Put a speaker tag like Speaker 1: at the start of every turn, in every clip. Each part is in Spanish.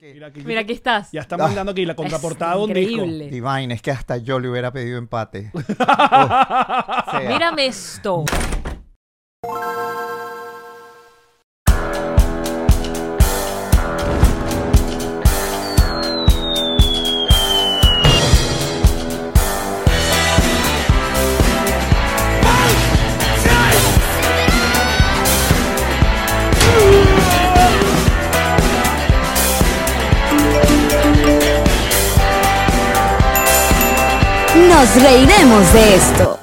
Speaker 1: Mira aquí,
Speaker 2: Mira, aquí estás.
Speaker 1: ya está mandando aquí la contraportada de un disco.
Speaker 2: Increíble.
Speaker 3: Divine, es que hasta yo le hubiera pedido empate. Oh, sea.
Speaker 2: Mírame esto.
Speaker 4: Nos reiremos de esto.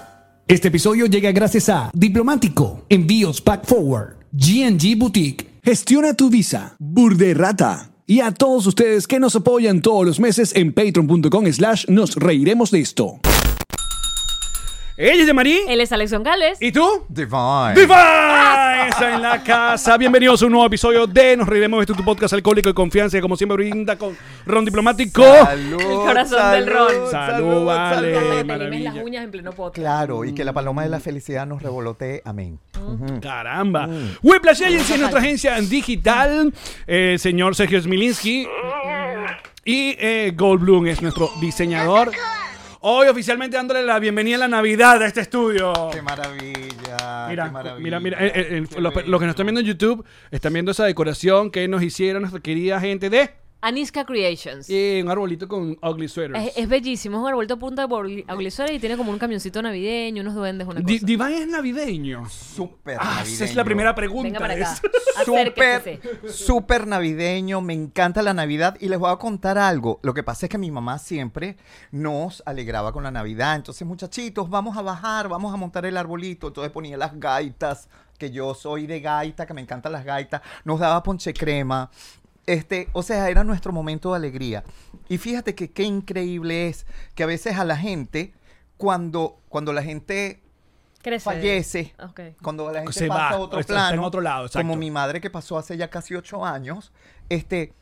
Speaker 5: Este episodio llega gracias a Diplomático, Envíos Pack Forward, GNG Boutique, Gestiona tu Visa, Burderrata y a todos ustedes que nos apoyan todos los meses en patreon.com slash nos reiremos de esto.
Speaker 1: Ella es de Marí.
Speaker 2: Él es Alex Gales.
Speaker 1: ¿Y tú?
Speaker 3: Divine.
Speaker 1: ¡Viva! Esa en la casa. Bienvenidos a un nuevo episodio de Nos Reiremos de Esto, tu podcast alcohólico de confianza que como siempre brinda con Ron Diplomático.
Speaker 3: Salud,
Speaker 2: El corazón del ron.
Speaker 3: salud,
Speaker 1: Salud, vale.
Speaker 2: Hasta que te limes
Speaker 1: maravilla.
Speaker 2: las uñas en pleno podcast.
Speaker 3: Claro, y que la paloma de
Speaker 2: Mm.
Speaker 3: la felicidad nos revolotee. Amén. Ujú.
Speaker 1: Caramba.
Speaker 3: Mm.
Speaker 1: Whiplash Agency es nuestra agencia en digital. El señor Sergio Smilinski. Y eh, Goldblum es nuestro diseñador. Hoy oficialmente dándole la bienvenida a la Navidad a este estudio.
Speaker 3: Qué maravilla. qué
Speaker 1: Mira,
Speaker 3: maravilla,
Speaker 1: mira, mira, eh, eh, eh,
Speaker 3: qué
Speaker 1: los, los que nos están viendo en YouTube están viendo esa decoración que nos hicieron nuestra querida gente de
Speaker 2: Aniska Creations.
Speaker 1: eh, un arbolito con ugly sweaters.
Speaker 2: Es, es bellísimo, es un arbolito a punta de aglisoras y tiene como un camioncito navideño, unos duendes, una cosa.
Speaker 1: Di- Divine es navideño.
Speaker 3: Súper
Speaker 1: Ah, esa es la
Speaker 3: navideño.
Speaker 1: primera pregunta.
Speaker 2: Venga para acá.
Speaker 1: Es-
Speaker 2: Acérquese.
Speaker 3: Súper, súper navideño, me encanta la Navidad y les voy a contar algo. Lo que pasa es que mi mamá siempre nos alegraba con la Navidad. Entonces, muchachitos, vamos a bajar, vamos a montar el arbolito. Entonces ponía las gaitas, que yo soy de gaita, que me encantan las gaitas. Nos daba ponche crema. Este, o sea, era nuestro momento de alegría. Y fíjate que qué increíble es que a veces a la gente, cuando, cuando la gente
Speaker 2: Crece.
Speaker 3: fallece,
Speaker 2: Ok.
Speaker 3: cuando la gente
Speaker 1: Se
Speaker 3: pasa
Speaker 1: va,
Speaker 3: a otro
Speaker 1: está-
Speaker 3: plano,
Speaker 1: está en otro lado, exacto.
Speaker 3: como mi madre que pasó hace ya casi ocho años, este,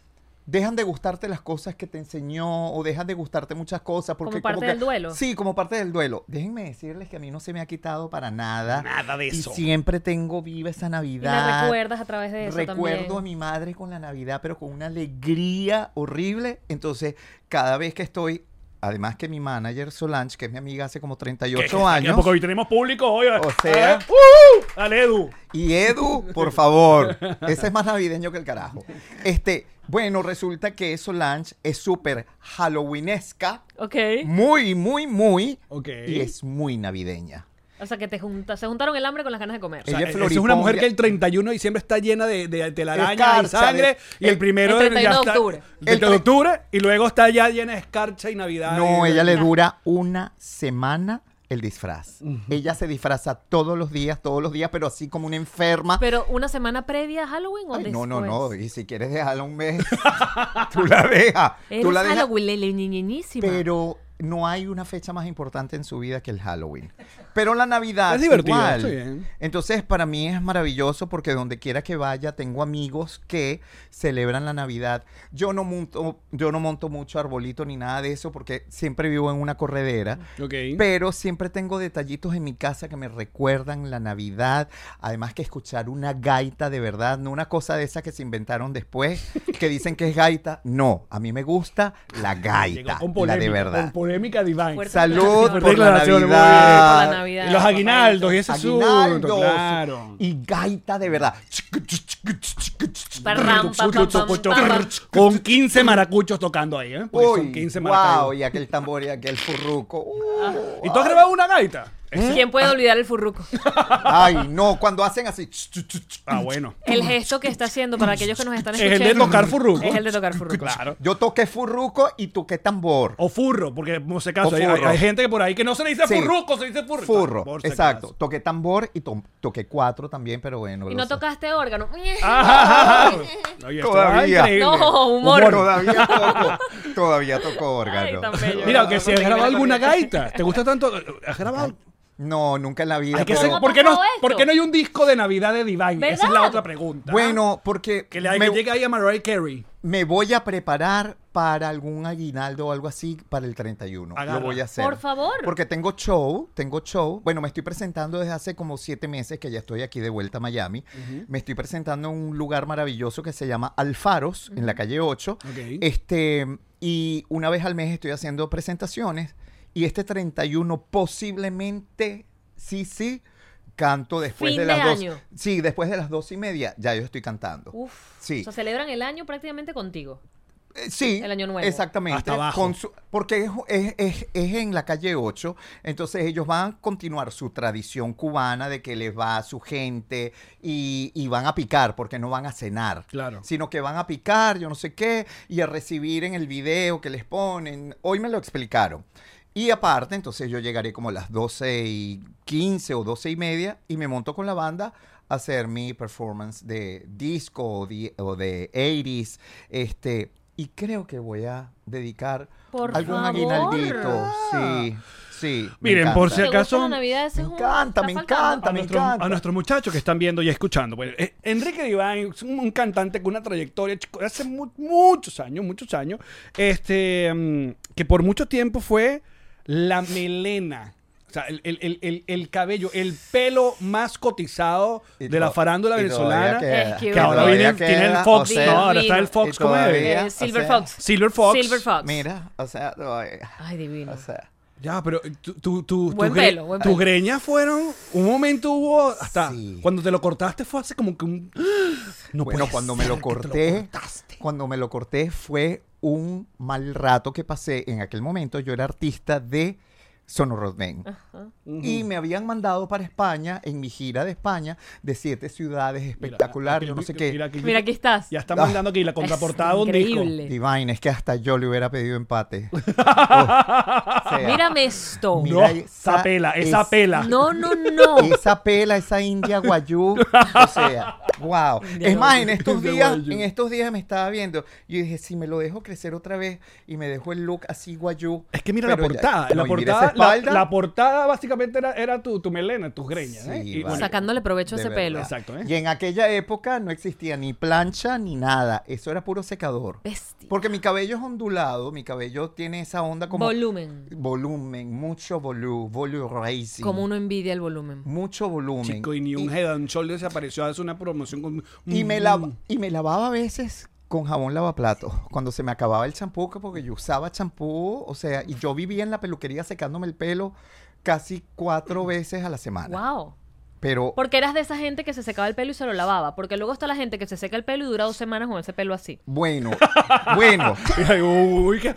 Speaker 3: dejan de gustarte las cosas que te enseñó o dejan de gustarte muchas cosas. Porque
Speaker 2: parte
Speaker 3: que-
Speaker 2: del duelo.
Speaker 3: Sí, como parte del duelo. Déjenme decirles que a mí no se me ha quitado para nada.
Speaker 1: Nada de eso.
Speaker 3: Y siempre tengo viva esa
Speaker 2: Y
Speaker 3: Navidad.
Speaker 2: la recuerdas a través de eso
Speaker 3: Recuerdo a
Speaker 2: también.
Speaker 3: mi madre con la Navidad, pero con una alegría horrible. Entonces, cada vez que estoy, además que mi manager Solange, que es mi amiga hace como
Speaker 1: que-
Speaker 3: 38
Speaker 1: que-
Speaker 3: años.
Speaker 1: Porque hoy tenemos público hoy.
Speaker 3: O sea-
Speaker 1: ¡Uh! Dale, Edu.
Speaker 3: Y Edu, por favor, ese es más navideño que el carajo. Este, bueno, resulta que Solange es súper halloweenesca,
Speaker 2: Ok.
Speaker 3: muy, muy, muy,
Speaker 1: Ok.
Speaker 3: y es muy navideña.
Speaker 2: O sea que te junta, se juntaron el hambre con las ganas de comer.
Speaker 1: O sea, e-, es-
Speaker 3: Ella
Speaker 1: es
Speaker 3: es
Speaker 1: una
Speaker 3: floripondia.
Speaker 1: mujer que el 31 de diciembre está llena de, de telarañas y
Speaker 3: Escarcha,
Speaker 1: sangre.
Speaker 3: de-
Speaker 1: y el primero
Speaker 2: El 31
Speaker 1: ya
Speaker 2: de
Speaker 1: está-
Speaker 2: octubre.
Speaker 1: El 31 de
Speaker 3: tre-
Speaker 1: octubre. Y luego está ya llena de escarcha y navidad.
Speaker 3: No,
Speaker 1: y-
Speaker 3: ella le dura una semana el disfraz. Ella se disfraza todos los días, todos los días, pero así como una enferma.
Speaker 2: Pero una semana previa a Halloween o
Speaker 3: Ay, no,
Speaker 2: después.
Speaker 3: no, no. Y si quieres dejarla un mes, tú la dejas.
Speaker 2: Eres
Speaker 3: Tú la dejas.
Speaker 2: Halloween, le, le- niñinísima.
Speaker 3: pero no hay una fecha más importante en su vida que el Halloween. Pero la Navidad
Speaker 1: Es divertido,
Speaker 3: igual.
Speaker 1: está bien.
Speaker 3: Entonces, para mí es maravilloso porque donde quiera que vaya tengo amigos que celebran la Navidad. Yo no monto yo no monto mucho arbolito ni nada de eso porque siempre vivo en una corredera.
Speaker 1: Ok.
Speaker 3: Pero siempre tengo detallitos en mi casa que me recuerdan la Navidad. Además que escuchar una gaita de verdad, no una cosa de esas que se inventaron después, que dicen que es gaita. No, a mí me gusta la
Speaker 1: Llegó
Speaker 3: gaita,
Speaker 1: con
Speaker 3: la
Speaker 1: polémica.
Speaker 3: de
Speaker 1: Con
Speaker 3: verdad.
Speaker 1: polémica divine.
Speaker 2: Fuerte
Speaker 3: Salud por
Speaker 2: declaración.
Speaker 3: la
Speaker 1: Declaraciones, muy bien.
Speaker 2: Por la
Speaker 3: Navidad.
Speaker 2: Navidad.
Speaker 1: Y los aguinaldos y ese asunto.
Speaker 3: Aguinaldos
Speaker 1: Claro.
Speaker 3: y gaita de verdad.
Speaker 2: Parram, pam, pam, pam, pam, pam.
Speaker 1: Con 15 maracuchos tocando ahí, ¿eh? Porque son
Speaker 3: Uy,
Speaker 1: 15 maracuchos.
Speaker 3: wow, y aquel tambor y aquel furruco. Uh,
Speaker 1: ¿Y tú has grabado una gaita?
Speaker 3: ¿eh?
Speaker 2: ¿Quién
Speaker 3: Ah.
Speaker 2: puede olvidar el furruco?
Speaker 3: Ay, no, cuando hacen así. ch, ch, ch, ch.
Speaker 1: Ah, bueno.
Speaker 2: El gesto que está haciendo para aquellos que nos están
Speaker 1: Es
Speaker 2: escuchando.
Speaker 1: el de tocar furruco.
Speaker 2: Es el de tocar furruco.
Speaker 1: Claro.
Speaker 3: Yo toqué furruco y toqué tambor.
Speaker 1: O furro, porque por si acaso
Speaker 3: O
Speaker 1: hay,
Speaker 3: furro.
Speaker 1: hay gente que por ahí que no se le dice
Speaker 3: Sí.
Speaker 1: furruco, se dice furro.
Speaker 3: Furro,
Speaker 1: Por si
Speaker 3: exacto.
Speaker 1: acaso.
Speaker 3: Toqué tambor y to- toqué cuatro también, pero bueno. lo
Speaker 2: Y no
Speaker 3: sé. Ah,
Speaker 2: tocaste órgano.
Speaker 1: Ajá, ajá, ajá. Oye, esto va
Speaker 3: Todavía.
Speaker 1: increíble.
Speaker 2: No, humor.
Speaker 3: Todavía toco, todavía toco
Speaker 2: Ay,
Speaker 3: órgano.
Speaker 2: tan bello.
Speaker 1: Mira, que si has
Speaker 3: no,
Speaker 1: grabado
Speaker 3: no,
Speaker 1: alguna
Speaker 3: no.
Speaker 1: gaita, ¿te gusta tanto? ¿Has grabado?
Speaker 3: No, nunca en la vida.
Speaker 1: Hay que
Speaker 3: pero-
Speaker 1: ser-
Speaker 2: ¿Cómo
Speaker 1: ¿por, qué no,
Speaker 2: pasó esto?
Speaker 1: por qué no hay un disco de Navidad de Divine? Esa es la
Speaker 2: ¿Verdad?
Speaker 1: otra pregunta.
Speaker 3: Bueno, porque
Speaker 1: ¿Ah? Que le que
Speaker 3: me,
Speaker 1: llegue ahí a Mariah Carey.
Speaker 3: me voy a preparar para algún aguinaldo o algo así para el 31.
Speaker 1: Agarra.
Speaker 3: Lo voy a hacer.
Speaker 2: Por favor.
Speaker 3: Porque tengo show, tengo show. Bueno, me estoy presentando desde hace como siete meses que ya estoy aquí de vuelta a Miami. Me estoy presentando en un lugar maravilloso que se llama Alfaros, en la calle 8.
Speaker 1: Ok.
Speaker 3: Este, y una vez al mes estoy haciendo presentaciones. Y este 31 posiblemente, sí, sí, canto después
Speaker 2: Fin
Speaker 3: de
Speaker 2: de
Speaker 3: las dos.
Speaker 2: año.
Speaker 3: Sí, después de las dos y media ya yo estoy cantando.
Speaker 2: Uf.
Speaker 3: Sí.
Speaker 2: O sea, celebran el año prácticamente contigo.
Speaker 3: Eh, Sí.
Speaker 2: El año nuevo.
Speaker 3: Exactamente.
Speaker 1: Hasta abajo.
Speaker 3: Con su- porque es, es- es- es en la calle 8. Entonces ellos van a continuar su tradición cubana de que les va a su gente y, y van a picar porque no van a cenar.
Speaker 1: Claro.
Speaker 3: Sino que van a picar, yo no sé qué, y a recibir en el video que les ponen. Hoy me lo explicaron. Y aparte, entonces yo llegaré como a las 12 y 15 o 12 y media y me monto con la banda a hacer mi performance de disco o de, o de 80s. Este, y creo que voy a dedicar
Speaker 2: Por
Speaker 3: algún
Speaker 2: favor.
Speaker 3: aguinaldito. Sí, sí. me
Speaker 1: Miren, por
Speaker 3: encanta.
Speaker 1: Si
Speaker 2: ¿Te gusta
Speaker 1: acaso-
Speaker 2: la Navidad? Ese
Speaker 3: Me
Speaker 2: es un-
Speaker 3: encanta,
Speaker 2: está
Speaker 3: me
Speaker 2: faltando.
Speaker 3: encanta,
Speaker 1: a,
Speaker 3: me
Speaker 1: nuestro-
Speaker 3: encanta.
Speaker 1: a nuestros muchachos que están viendo y escuchando. Bueno, eh, Enrique Divine es un, un cantante con una trayectoria chico, hace mu- muchos años, muchos años, este, mm, que por mucho tiempo fue la melena. O sea, el, el- el- el- el cabello, el pelo más cotizado
Speaker 3: Y
Speaker 1: de la
Speaker 3: to-
Speaker 1: farándula
Speaker 3: y
Speaker 1: venezolana.
Speaker 3: todavía queda,
Speaker 2: Es que
Speaker 3: y
Speaker 1: Que ahora
Speaker 3: todavía
Speaker 1: viene, tiene el
Speaker 3: queda,
Speaker 1: Fox,
Speaker 3: o sea,
Speaker 1: no, ahora está el
Speaker 2: divino.
Speaker 1: Fox,
Speaker 3: Y
Speaker 1: ¿cómo es?
Speaker 3: todavía-
Speaker 2: Eh, Silver
Speaker 3: o sea,
Speaker 2: Fox.
Speaker 1: Silver Fox.
Speaker 2: Silver Fox.
Speaker 3: Mira, o sea, todavía-
Speaker 2: Ay, divino.
Speaker 3: o sea.
Speaker 1: Ya, pero eh, tú, tú, tú,
Speaker 2: Buen
Speaker 1: tú
Speaker 2: pelo, buen
Speaker 1: tus
Speaker 2: pelo.
Speaker 1: greñas fueron, un momento hubo, hasta
Speaker 3: Sí.
Speaker 1: cuando te lo cortaste fue hace como que un... No
Speaker 3: bueno,
Speaker 1: puede
Speaker 3: cuando
Speaker 1: ser
Speaker 3: me lo
Speaker 1: que te
Speaker 3: corté,
Speaker 1: cortaste.
Speaker 3: cuando me lo corté fue un mal rato que pasé. En aquel momento yo era artista de Sonorrodén. Y me habían mandado para España, en mi gira de España, de siete ciudades, espectacular,
Speaker 1: Mira,
Speaker 3: yo no sé
Speaker 1: mira,
Speaker 3: qué. Ah.
Speaker 1: mira que yo-
Speaker 2: Mira, aquí estás.
Speaker 1: Ya está mandando aquí la contraportada de un disco.
Speaker 2: increíble.
Speaker 3: Divine, es que hasta yo le hubiera pedido empate. Oh, o sea,
Speaker 2: Mírame esto.
Speaker 3: Mira
Speaker 1: No,
Speaker 3: esa-
Speaker 1: esa pela, esa
Speaker 3: es-
Speaker 1: pela.
Speaker 2: No, no, no.
Speaker 3: Esa pela, esa india guayú. O sea, wow.
Speaker 2: India
Speaker 3: Es más, en
Speaker 1: guayú.
Speaker 3: estos
Speaker 1: India
Speaker 3: días,
Speaker 1: guayú.
Speaker 3: en estos días me estaba viendo. Y yo dije, si me lo dejo crecer otra vez y me dejo el look así guayú.
Speaker 1: Es que mira la
Speaker 3: pero ya-
Speaker 1: portada. la,
Speaker 3: no, y mira
Speaker 1: portada
Speaker 3: esa
Speaker 1: la,
Speaker 3: espalda.
Speaker 1: la portada básicamente era, era tu, tu melena, tus greñas.
Speaker 3: Sí,
Speaker 1: ¿eh? Y
Speaker 3: vale.
Speaker 2: Sacándole provecho a
Speaker 3: De
Speaker 2: ese
Speaker 3: verdad.
Speaker 2: pelo.
Speaker 1: Exacto, ¿eh?
Speaker 3: Y en aquella época no existía ni plancha ni nada. Eso era puro secador.
Speaker 2: Bestia.
Speaker 3: Porque mi cabello es ondulado, mi cabello tiene esa onda como
Speaker 2: Volumen.
Speaker 3: volumen, mucho volumen, volumen racing.
Speaker 2: Como uno envidia el volumen.
Speaker 3: mucho volumen.
Speaker 1: Chico, y ni un head and shoulders apareció hace una promoción con...
Speaker 3: Y me,
Speaker 2: Mm.
Speaker 3: lava- y me lavaba a veces con jabón lavaplatos. Cuando se me acababa el champú, que porque yo usaba champú, o sea, y yo vivía en la peluquería secándome el pelo casi
Speaker 2: Mm.
Speaker 3: cuatro veces a la semana.
Speaker 2: Wow.
Speaker 3: Pero
Speaker 2: Porque eras de esa gente que se secaba el pelo y se lo lavaba. Porque luego está la gente que se seca el pelo y dura dos semanas con ese pelo así.
Speaker 3: bueno, bueno.
Speaker 1: Ay, Uy, que...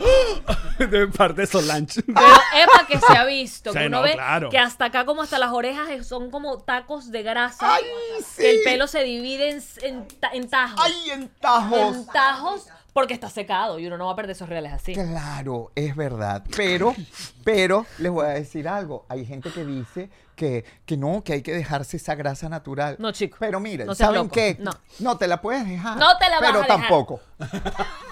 Speaker 1: De parte de Solange.
Speaker 2: Pero epa que se ha visto.
Speaker 1: Sí,
Speaker 2: que uno
Speaker 1: no,
Speaker 2: ve
Speaker 1: claro.
Speaker 2: que hasta acá, como hasta las orejas, eh, son como tacos de grasa.
Speaker 3: sí!
Speaker 2: Que el pelo se divide en, en, ta- en tajos.
Speaker 3: ¡Ay, entajos!
Speaker 2: En tajos porque está secado y uno no va a perder esos reales así.
Speaker 3: Claro, es verdad. Pero, pero les voy a decir algo. Hay gente que dice que, que no, que hay que dejarse esa grasa natural.
Speaker 2: No, chico.
Speaker 3: Pero miren,
Speaker 2: No seas
Speaker 3: ¿saben
Speaker 2: loco.
Speaker 3: qué?
Speaker 2: No.
Speaker 3: te la puedes dejar.
Speaker 2: No te la vas
Speaker 3: Pero
Speaker 2: a dejar.
Speaker 3: tampoco.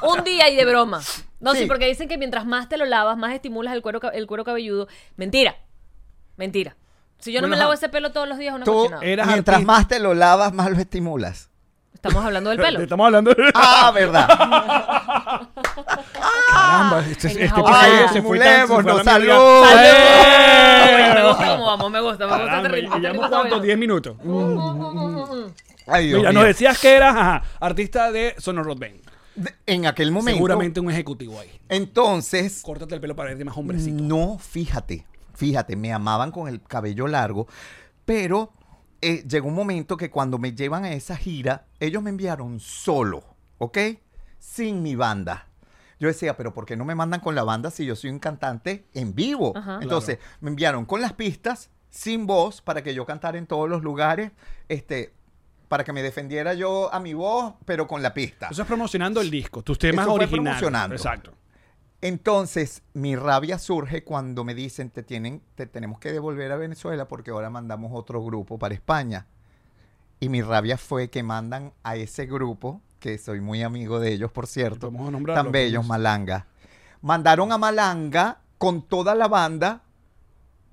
Speaker 2: Un día y de broma. No, sí.
Speaker 3: Sí.
Speaker 2: porque dicen que mientras más te lo lavas, más estimulas el cuero, ca- el cuero cabelludo. Mentira. Mentira. Si yo no
Speaker 1: Bueno,
Speaker 2: me lavo
Speaker 1: ajá.
Speaker 2: ese pelo todos los días, es una
Speaker 3: Tú,
Speaker 2: cochinada.
Speaker 1: Eras
Speaker 3: mientras
Speaker 1: artista.
Speaker 3: más te lo lavas, más lo estimulas.
Speaker 2: Estamos hablando del pelo.
Speaker 1: Estamos hablando de...
Speaker 3: Ah, verdad.
Speaker 1: Caramba, este,
Speaker 2: en
Speaker 1: este
Speaker 2: jabón.
Speaker 1: episodio
Speaker 2: Ay,
Speaker 1: se fue tan... se fue a la
Speaker 3: acumulémonos,
Speaker 1: mierda.
Speaker 3: salud.
Speaker 2: Bueno, me gusta cómo vamos, me gusta, me gusta este
Speaker 1: Caramba,
Speaker 2: ritmo,
Speaker 1: y
Speaker 2: este
Speaker 1: llevamos
Speaker 2: ritmo
Speaker 1: cuánto,
Speaker 2: bueno.
Speaker 1: 10 minutos.
Speaker 3: Ay, Dios
Speaker 1: Mira,
Speaker 3: mío.
Speaker 1: nos decías que eras ajá, artista de Sonorot Band.
Speaker 3: De- En aquel momento.
Speaker 1: Seguramente un ejecutivo ahí.
Speaker 3: Entonces,
Speaker 1: Córtate el pelo para verte más hombrecito.
Speaker 3: No, fíjate, fíjate, me amaban con el cabello largo, pero eh, llegó un momento que cuando me llevan a esa gira, ellos me enviaron solo, ¿ok? Sin mi banda. Yo decía, pero ¿por qué no me mandan con la banda si yo soy un cantante en vivo?
Speaker 2: Ajá.
Speaker 3: Entonces, me enviaron con las pistas sin voz para que yo cantara en todos los lugares, este, para que me defendiera yo a mi voz, pero con la pista.
Speaker 1: Eso es promocionando el disco, tus temas
Speaker 3: Eso fue
Speaker 1: originales.
Speaker 3: promocionando.
Speaker 1: Exacto.
Speaker 3: Entonces, mi rabia surge cuando me dicen, te, tienen, te tenemos que devolver a Venezuela porque ahora mandamos otro grupo para España. Y mi rabia fue que mandan a ese grupo, que soy muy amigo de ellos, por cierto,
Speaker 1: Vamos a nombrarlo,
Speaker 3: tan bellos,
Speaker 1: pues.
Speaker 3: Malanga. Mandaron a Malanga con toda la banda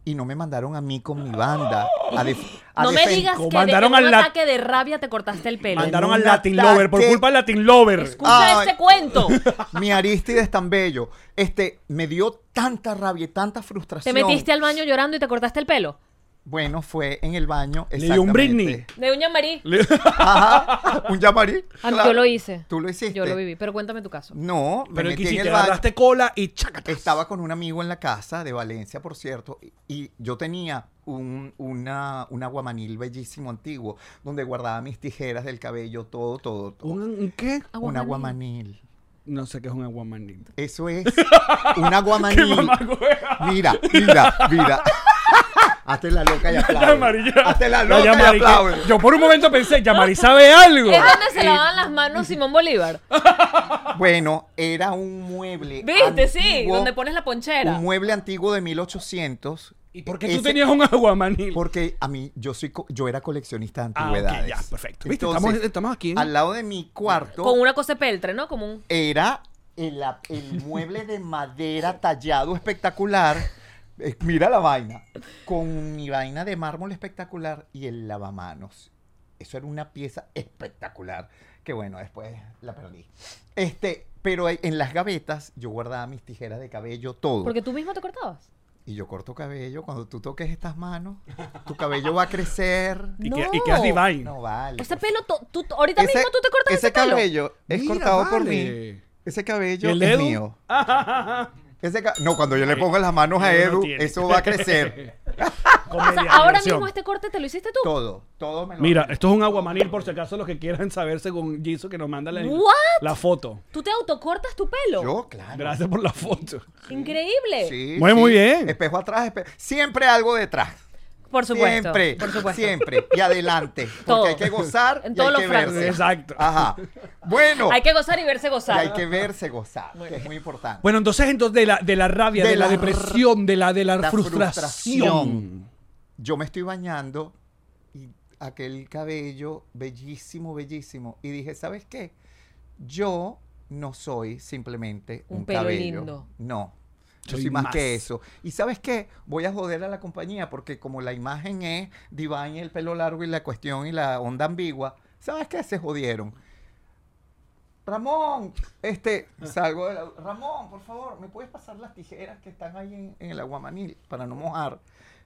Speaker 3: y no me mandaron a mí con mi banda. a def- a
Speaker 2: No me
Speaker 3: defen-
Speaker 2: digas que de,
Speaker 1: Mandaron
Speaker 2: en
Speaker 1: al
Speaker 2: un
Speaker 1: la-
Speaker 2: ataque de rabia te cortaste el pelo.
Speaker 1: Mandaron
Speaker 3: un
Speaker 1: al Latin
Speaker 3: ataque-
Speaker 1: Lover, por culpa del Latin Lover.
Speaker 2: Escucha
Speaker 3: Ay.
Speaker 2: ese este cuento.
Speaker 3: Mi Aristides tan bello. Este, me dio tanta rabia, y tanta frustración.
Speaker 2: Te metiste al baño llorando y te cortaste el pelo.
Speaker 3: Bueno, fue en el baño.
Speaker 1: Le dio un
Speaker 3: exactamente.
Speaker 1: Britney.
Speaker 2: De Uña Marí.
Speaker 1: Le-
Speaker 3: Ajá, un llamarí.
Speaker 2: Ah,
Speaker 3: claro.
Speaker 2: Yo lo hice.
Speaker 3: Tú lo hiciste.
Speaker 2: Yo lo viví. Pero cuéntame tu caso.
Speaker 3: No, me
Speaker 1: Pero
Speaker 3: metí
Speaker 1: que
Speaker 3: en
Speaker 1: hiciste,
Speaker 3: el baño.
Speaker 1: agarraste este cola y chácata.
Speaker 3: Estaba con un amigo en la casa de Valencia, por cierto, y, y yo tenía un, una, un aguamanil bellísimo antiguo, donde guardaba mis tijeras del cabello, todo, todo, todo.
Speaker 1: ¿Un, un qué?
Speaker 3: Un aguamanil.
Speaker 1: No sé qué es un aguamanil.
Speaker 3: Eso es un aguamanil. Mira, mira, mira. Hazte la loca y aplaude.
Speaker 1: Amarilla.
Speaker 3: Hazte la
Speaker 1: La
Speaker 3: loca y
Speaker 1: Yamari que-
Speaker 3: aplaude.
Speaker 1: Yo por un momento pensé, Yamari sabe algo.
Speaker 2: Es donde se lavaban las manos Simón Bolívar.
Speaker 3: Bueno, era un mueble
Speaker 2: ¿Viste? Sí,
Speaker 3: antiguo,
Speaker 2: donde pones la ponchera.
Speaker 3: Un mueble antiguo de 1800.
Speaker 1: ¿Y por qué tú
Speaker 3: Ese-
Speaker 1: tenías un aguamanil?
Speaker 3: Porque a mí, yo soy co- yo era coleccionista de
Speaker 1: Ah, ok,
Speaker 3: antigüedades.
Speaker 1: ya, perfecto. Viste, estamos- estamos aquí.
Speaker 3: Al lado de mi cuarto
Speaker 2: Con una cosa peltre, ¿no? Como un.
Speaker 3: era el, a- el mueble de madera tallado espectacular. Eh, mira la vaina. Con mi vaina de mármol espectacular y el lavamanos. Eso era una pieza espectacular. Que bueno, después la perdí. Este, pero en las gavetas yo guardaba mis tijeras de cabello, todo.
Speaker 2: Porque tú mismo te cortabas.
Speaker 3: Y yo corto cabello. Cuando tú toques estas manos, tu cabello va a crecer.
Speaker 1: Y,
Speaker 2: No.
Speaker 1: que, y quedas divine.
Speaker 3: No vale.
Speaker 2: Ese
Speaker 3: por
Speaker 2: pelo, to- tú, ahorita
Speaker 3: Ese-
Speaker 2: mismo tú te cortas ese,
Speaker 3: ese
Speaker 2: pelo.
Speaker 3: cabello es
Speaker 1: Mira,
Speaker 3: cortado por
Speaker 1: vale.
Speaker 3: mí. Ese cabello
Speaker 1: ¿Y el
Speaker 3: es
Speaker 1: dedo?
Speaker 3: mío. Ese ca- no, cuando yo le pongo las manos
Speaker 1: No,
Speaker 3: a
Speaker 1: no
Speaker 3: Edu,
Speaker 1: tiene.
Speaker 3: eso va a crecer.
Speaker 2: O sea, ahora mismo este corte te lo hiciste tú.
Speaker 3: todo, todo me lo
Speaker 1: Mira, esto es un aguamanil por si acaso los que quieran saber según Giso que nos manda la,
Speaker 2: What?
Speaker 1: la foto.
Speaker 2: Tú te autocortas tu pelo.
Speaker 3: Yo, claro.
Speaker 1: Gracias por la foto.
Speaker 2: Increíble.
Speaker 3: Sí,
Speaker 1: Muy,
Speaker 3: sí.
Speaker 1: muy bien.
Speaker 3: Espejo atrás, espe- siempre algo detrás.
Speaker 2: Por supuesto.
Speaker 3: siempre,
Speaker 2: Por supuesto.
Speaker 3: siempre y adelante, porque
Speaker 2: Todo.
Speaker 3: hay que gozar
Speaker 2: En
Speaker 3: y
Speaker 2: todos
Speaker 3: hay
Speaker 2: los
Speaker 3: que
Speaker 2: frentes.
Speaker 3: verse.
Speaker 1: Exacto.
Speaker 3: Ajá. Bueno,
Speaker 2: Hay que gozar y verse
Speaker 3: y
Speaker 2: gozar.
Speaker 3: hay que verse gozar, que es muy importante.
Speaker 1: Bueno, entonces, entonces de la, de la rabia, de,
Speaker 3: De
Speaker 1: la,
Speaker 3: la
Speaker 1: depresión, de la, de la,
Speaker 3: la
Speaker 1: frustración.
Speaker 3: frustración. yo me estoy bañando y aquel cabello bellísimo, bellísimo. Y dije, ¿sabes qué? Yo no soy simplemente
Speaker 2: Un
Speaker 3: un,
Speaker 2: pelo
Speaker 3: cabello.
Speaker 2: lindo.
Speaker 3: No. Yo
Speaker 1: Soy
Speaker 3: soy más, que
Speaker 1: más.
Speaker 3: eso. Y sabes qué? Voy a joder a la compañía porque como la imagen es Divine, el pelo largo y la cuestión y la onda ambigua, ¿sabes qué? Se jodieron. Ramón, este,
Speaker 1: Ah.
Speaker 3: salgo de la... Ramón, por favor, ¿me puedes pasar las tijeras que están ahí en, en el aguamanil para no mojar?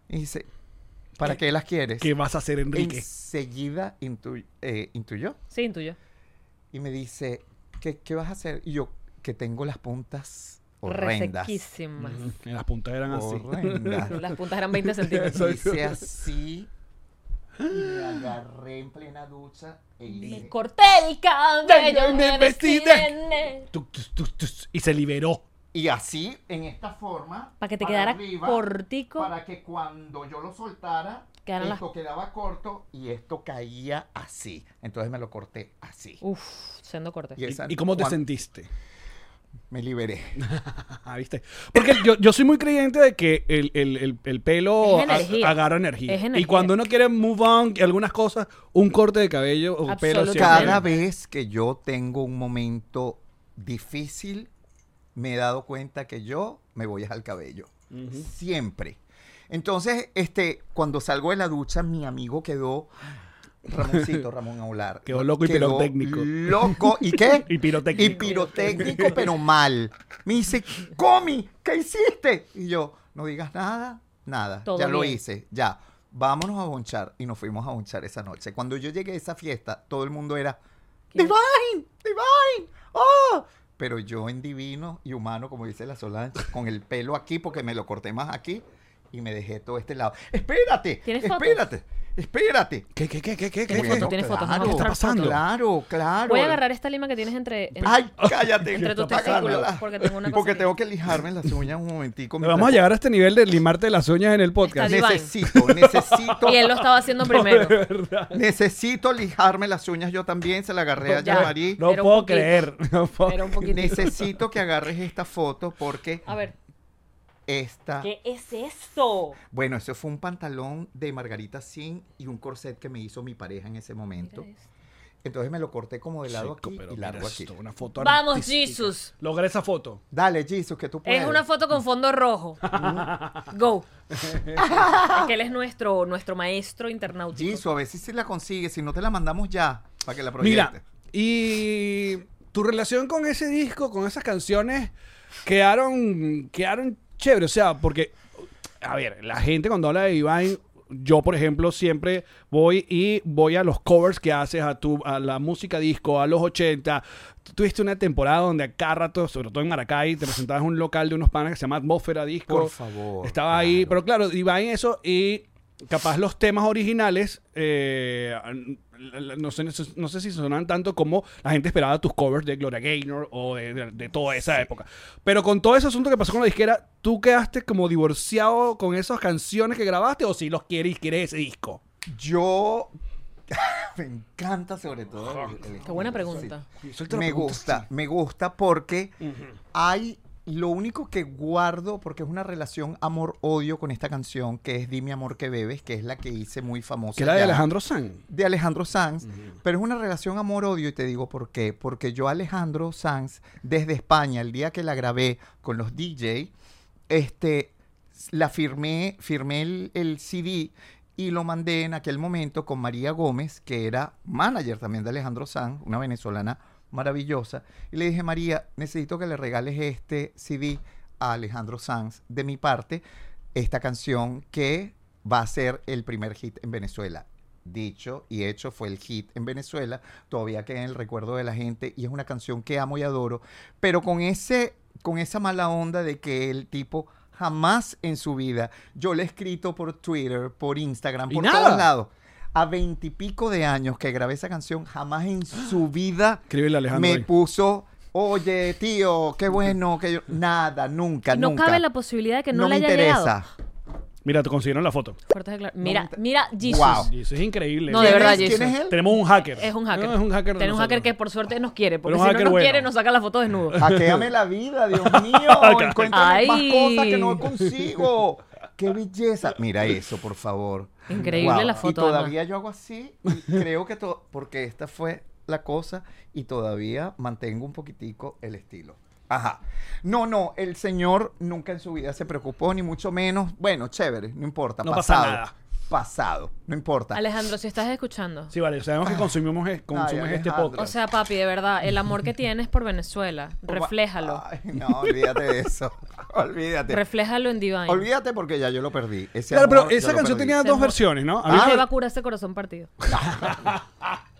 Speaker 3: Y dice, ¿para qué las quieres?
Speaker 1: ¿Qué vas a hacer, Enrique?
Speaker 3: Enseguida intu- eh, intuyó
Speaker 2: Sí, intuyo.
Speaker 3: y me dice, ¿qué, qué vas a hacer? Y yo, que tengo las puntas horrendas.
Speaker 2: Resequísimas.
Speaker 1: Mm, Las puntas eran así.
Speaker 3: Horrendas.
Speaker 2: Las puntas eran 20 centímetros.
Speaker 3: Hice así y me agarré en plena ducha e
Speaker 2: Me
Speaker 3: hice-
Speaker 2: corté el cabello y me vestí de negro.
Speaker 1: Tuc, tuc, tuc, tuc, y se liberó.
Speaker 3: y así en esta forma
Speaker 2: Pa' que te quedara cortico.
Speaker 3: para que cuando yo lo soltara
Speaker 2: Quedaran las-
Speaker 3: esto quedaba corto y esto caía así entonces me lo corté así
Speaker 2: Uf, siendo corte.
Speaker 3: Y esa-
Speaker 1: ¿Y cómo te
Speaker 3: cuan-
Speaker 1: sentiste?
Speaker 3: me liberé
Speaker 1: Ajá, ¿viste? Porque yo, yo soy muy creyente de que el, el- el- el pelo
Speaker 2: Es energía.
Speaker 1: a- agarra energía.
Speaker 2: Es energía.
Speaker 1: Y cuando uno quiere move on y algunas cosas, un corte de cabello o pelo
Speaker 2: Absolutamente.
Speaker 1: siempre-
Speaker 3: Cada vez que yo tengo un momento difícil, me he dado cuenta que yo me voy al cabello. Siempre. Entonces, este, cuando salgo de la ducha, mi amigo quedó. Ramoncito, Ramón Aular.
Speaker 1: Quedó loco y pirotécnico.
Speaker 3: Loco, ¿y qué?
Speaker 1: Y pirotécnico.
Speaker 3: Y pirotécnico, pero mal. Me dice, Comi, ¿qué hiciste? Y yo, no digas nada, nada.
Speaker 2: Todo
Speaker 3: ya lo
Speaker 2: bien.
Speaker 3: hice, ya. Vámonos a bonchar. Y nos fuimos a bonchar esa noche. Cuando yo llegué a esa fiesta, todo el mundo era, Divine, Divine, oh. Pero yo en divino y humano, como dice la Solange, con el pelo aquí, porque me lo corté más aquí, y me dejé todo este lado. Espérate,
Speaker 2: ¿Tienes fotos?
Speaker 3: espérate. Espérate.
Speaker 1: ¿Qué, qué, qué, qué, qué? qué,
Speaker 2: Tiene
Speaker 1: qué?
Speaker 2: fotos, tiene fotos, nos va a
Speaker 3: Claro,
Speaker 2: mostrar
Speaker 1: pasando?
Speaker 3: Claro, claro.
Speaker 2: Voy a agarrar esta lima que tienes entre. entre-
Speaker 3: Ay, cállate.
Speaker 2: Entre tus
Speaker 3: Apágala.
Speaker 2: testículos, porque tengo una cosa
Speaker 3: Porque
Speaker 2: aquí.
Speaker 3: tengo que lijarme las uñas un momentico.
Speaker 1: Pero Vamos a
Speaker 3: mientras-
Speaker 1: llegar a este nivel de limarte las uñas en el podcast.
Speaker 2: Está divine.
Speaker 3: Necesito, necesito.
Speaker 2: Y él lo estaba haciendo primero.
Speaker 3: Necesito lijarme las uñas yo también. Se la agarré a
Speaker 2: Ya.
Speaker 3: Yamari.
Speaker 1: No
Speaker 2: Era un
Speaker 1: puedo
Speaker 2: poquito.
Speaker 1: creer. No puedo.
Speaker 2: Era un poquitito.
Speaker 3: Necesito que agarres esta foto porque
Speaker 2: A ver.
Speaker 3: esta.
Speaker 2: ¿Qué es esto?
Speaker 3: Bueno, eso fue un pantalón de Margarita Sin y un corset que me hizo mi pareja en ese momento. Entonces me lo corté como de lado
Speaker 1: Chico,
Speaker 3: aquí
Speaker 1: pero
Speaker 3: y
Speaker 1: mira
Speaker 3: largo aquí.
Speaker 1: esto, una foto
Speaker 2: Vamos,
Speaker 1: artística.
Speaker 2: Jesus.
Speaker 1: Logré esa foto.
Speaker 3: Dale, Jesus, que tú puedes.
Speaker 2: Es una foto con fondo rojo. Go. Aquel es nuestro, nuestro maestro internautico.
Speaker 3: Jesus, a ver si sí la consigues. Si no, te la mandamos ya para que la proyectes.
Speaker 1: Mira, y tu relación con ese disco, con esas canciones, quedaron, quedaron chévere. O sea, porque, a ver, la gente cuando habla de Divine, yo por ejemplo siempre voy y voy a los covers que haces a tu, a la música disco, a los 80. Tú Tuviste una temporada donde a cada rato, sobre todo en Maracay, te presentabas en un local de unos panas que se llama Atmósfera Disco.
Speaker 3: Por favor,
Speaker 1: Estaba ahí, pero claro, Divine eso y capaz los temas originales eh, la- la- no, sé, no sé si sonaban tanto como la gente esperaba tus covers de Gloria Gaynor o de, de- de toda esa época. Pero con todo ese asunto que pasó con la disquera, ¿tú quedaste como divorciado con esas canciones que grabaste o si los quieres, quieres ese disco?
Speaker 3: Yo. me encanta, sobre todo. el- el-
Speaker 2: Qué buena pregunta.
Speaker 1: Suelta la
Speaker 3: me
Speaker 1: pregunta,
Speaker 3: gusta, me gusta porque hay lo único que guardo, porque es una relación amor-odio con esta canción, que es Dime Amor que Bebes, que es la que hice muy famosa.
Speaker 1: Que era de
Speaker 3: ya,
Speaker 1: Alejandro Sanz.
Speaker 3: De Alejandro Sanz, pero es una relación amor-odio y te digo por qué. Porque yo, Alejandro Sanz, desde España, el día que la grabé con los DJ, este, la firmé, firmé el, el CD y lo mandé en aquel momento con María Gómez, que era manager también de Alejandro Sanz, una venezolana maravillosa. Y le dije, María, necesito que le regales este CD a Alejandro Sanz de mi parte, esta canción que va a ser el primer hit en Venezuela. Dicho y hecho, fue el hit en Venezuela, todavía queda en el recuerdo de la gente y es una canción que amo y adoro, pero con ese con esa mala onda de que el tipo jamás en su vida yo le he escrito por Twitter, por Instagram,
Speaker 1: Y
Speaker 3: por
Speaker 1: nada.
Speaker 3: todos lados. A veintipico de años que grabé esa canción, jamás en su vida
Speaker 1: Escríbele a Alejandro.
Speaker 3: me
Speaker 1: ahí.
Speaker 3: puso, oye, tío, qué bueno, que yo... Nada, nunca,
Speaker 2: No
Speaker 3: nunca.
Speaker 2: cabe la posibilidad de que no,
Speaker 3: No
Speaker 2: le
Speaker 3: me
Speaker 2: haya
Speaker 3: interesa.
Speaker 2: llegado.
Speaker 1: Mira, te consiguieron la foto.
Speaker 2: Fuertes declara- Mira,
Speaker 3: inter-
Speaker 2: mira, Jesus.
Speaker 3: Wow.
Speaker 1: Y eso es increíble.
Speaker 2: No, de
Speaker 3: ¿Quién
Speaker 2: verdad,
Speaker 3: es-
Speaker 2: Jesus.
Speaker 3: ¿Quién es él?
Speaker 1: Tenemos un hacker.
Speaker 2: Es un hacker.
Speaker 1: No, es un hacker. de
Speaker 2: Tenemos un hacker que
Speaker 1: nosotros.
Speaker 2: por suerte nos quiere, porque
Speaker 1: Pero un
Speaker 2: si no
Speaker 1: hacker
Speaker 2: nos
Speaker 1: bueno.
Speaker 2: quiere nos saca la foto desnudo.
Speaker 3: Hackeame la vida, Dios mío. Encuéntrame más
Speaker 2: Ay.
Speaker 3: cosas que no consigo. ¡Qué belleza! Mira eso, por favor.
Speaker 2: Increíble la
Speaker 3: Y
Speaker 2: foto,
Speaker 3: todavía yo hago así. y creo que todo. Porque esta fue la cosa. Y todavía mantengo un poquitico el estilo. Ajá. No, no, el señor nunca en su vida se preocupó, ni mucho menos. Bueno, chévere, no importa.
Speaker 1: No pasa
Speaker 3: pasado.
Speaker 1: nada.
Speaker 3: Pasado, no importa.
Speaker 2: Alejandro, si estás escuchando.
Speaker 1: Sí, vale, sabemos
Speaker 3: Ah.
Speaker 1: que consumimos, consumes este
Speaker 3: Alejandro.
Speaker 1: podcast.
Speaker 2: O sea, papi, de verdad, el amor que tienes por Venezuela, refléjalo.
Speaker 1: Ah,
Speaker 3: Ay, no, olvídate de eso. olvídate.
Speaker 2: Refléjalo en Divine.
Speaker 3: Olvídate porque ya yo lo perdí. Ese
Speaker 1: Claro, pero
Speaker 3: amor yo
Speaker 1: esa
Speaker 3: lo
Speaker 1: canción
Speaker 3: perdí.
Speaker 1: tenía
Speaker 2: Se
Speaker 1: dos
Speaker 2: mu-
Speaker 1: versiones, ¿no? A mí
Speaker 3: Ah.
Speaker 2: ¿Quién le va a curar ese corazón partido?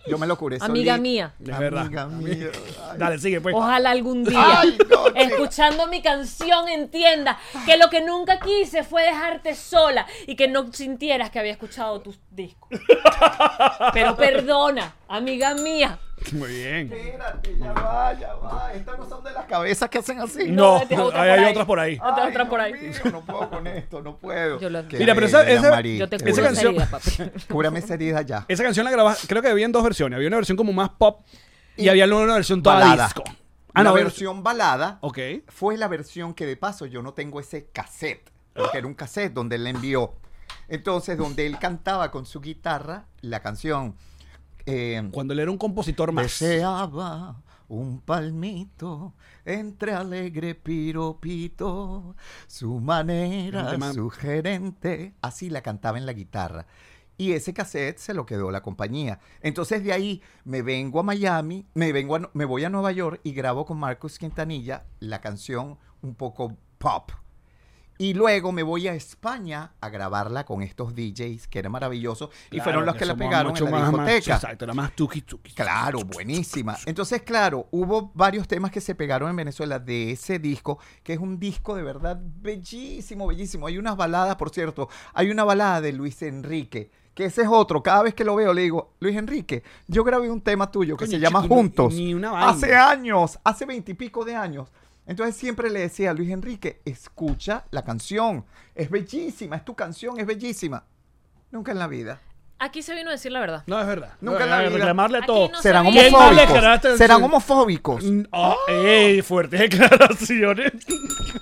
Speaker 3: Yo me lo curé
Speaker 2: Amiga
Speaker 3: solito.
Speaker 2: mía.
Speaker 1: Es verdad.
Speaker 3: Amiga mía. Ay.
Speaker 1: Dale, sigue pues.
Speaker 2: Ojalá algún día,
Speaker 3: Ay, no, chica.
Speaker 2: escuchando mi canción, entienda que lo que nunca quise fue dejarte sola y que no sintieras que había escuchado tus discos. Pero perdona, amiga mía.
Speaker 1: Muy bien.
Speaker 3: Espérate, ya va, ya va. Estas no son de las cabezas que hacen así.
Speaker 1: No,
Speaker 2: vete, otra
Speaker 1: hay,
Speaker 2: por
Speaker 1: hay
Speaker 2: ahí.
Speaker 1: otras por ahí.
Speaker 2: No te
Speaker 3: Ay,
Speaker 2: otra por
Speaker 3: Dios
Speaker 2: ahí.
Speaker 3: mío, no puedo con esto, no puedo.
Speaker 2: Yo lo-
Speaker 3: Qué
Speaker 1: Mira, pero esa-
Speaker 3: bella,
Speaker 1: esa-
Speaker 3: Mari,
Speaker 2: Yo te
Speaker 3: qué
Speaker 2: curo
Speaker 1: esa
Speaker 3: bella.
Speaker 2: esa
Speaker 1: canción-
Speaker 2: herida, papi.
Speaker 3: Cúrame esa herida ya.
Speaker 1: Esa canción la grabas, creo que había en dos versiones. Había una versión como más pop y, había una versión toda
Speaker 3: Balada.
Speaker 1: disco.
Speaker 3: la
Speaker 1: había-
Speaker 3: versión balada
Speaker 1: Ah, Ok.
Speaker 3: fue la versión que de paso yo no tengo ese cassette, porque era un cassette donde él la envió. Entonces, donde él cantaba con su guitarra la canción. eh,
Speaker 1: Cuando él era un compositor más.
Speaker 3: Deseaba un palmito entre alegre piropito, su
Speaker 1: Era un
Speaker 3: manera
Speaker 1: tema-
Speaker 3: sugerente. Así la cantaba en la guitarra. Y ese cassette se lo quedó la compañía. Entonces de ahí me vengo a Miami, me, vengo a- me voy a Nueva York y grabo con Marcos Quintanilla la canción un poco pop. Y luego me voy a España a grabarla con estos DJs, que era maravilloso. y
Speaker 1: Claro,
Speaker 3: fueron los que, la
Speaker 1: somos
Speaker 3: pegaron
Speaker 1: mucho
Speaker 3: en la
Speaker 1: más- más-
Speaker 3: discoteca.
Speaker 1: exacto, la más tuki tuki.
Speaker 3: Claro, buenísima. Entonces, claro, hubo varios temas que se pegaron en Venezuela de ese disco, que es un disco de verdad bellísimo, bellísimo. Hay unas baladas, por cierto, hay una balada de Luis Enrique que ese es otro. Cada vez que lo veo le digo, Luis Enrique, yo grabé un tema tuyo que
Speaker 1: Coño,
Speaker 3: se llama
Speaker 1: chico, ni-
Speaker 3: Juntos.
Speaker 1: ni una vaina.
Speaker 3: hace años, hace veintipico de años. Entonces siempre le decía a Luis Enrique, escucha la canción. Es bellísima, es tu canción, es bellísima. Nunca en la vida.
Speaker 2: Aquí se vino a decir la verdad.
Speaker 1: No, es verdad.
Speaker 3: Nunca en la
Speaker 1: Eh,
Speaker 3: vida.
Speaker 1: Reclamarle a
Speaker 2: Aquí
Speaker 1: todo.
Speaker 2: no se-
Speaker 3: Serán
Speaker 2: ¿Quién más
Speaker 1: le
Speaker 3: homofóbicos.
Speaker 1: carácter-
Speaker 3: Serán homofóbicos.
Speaker 1: Mm, ah, ¡Ey! Fuertes declaraciones.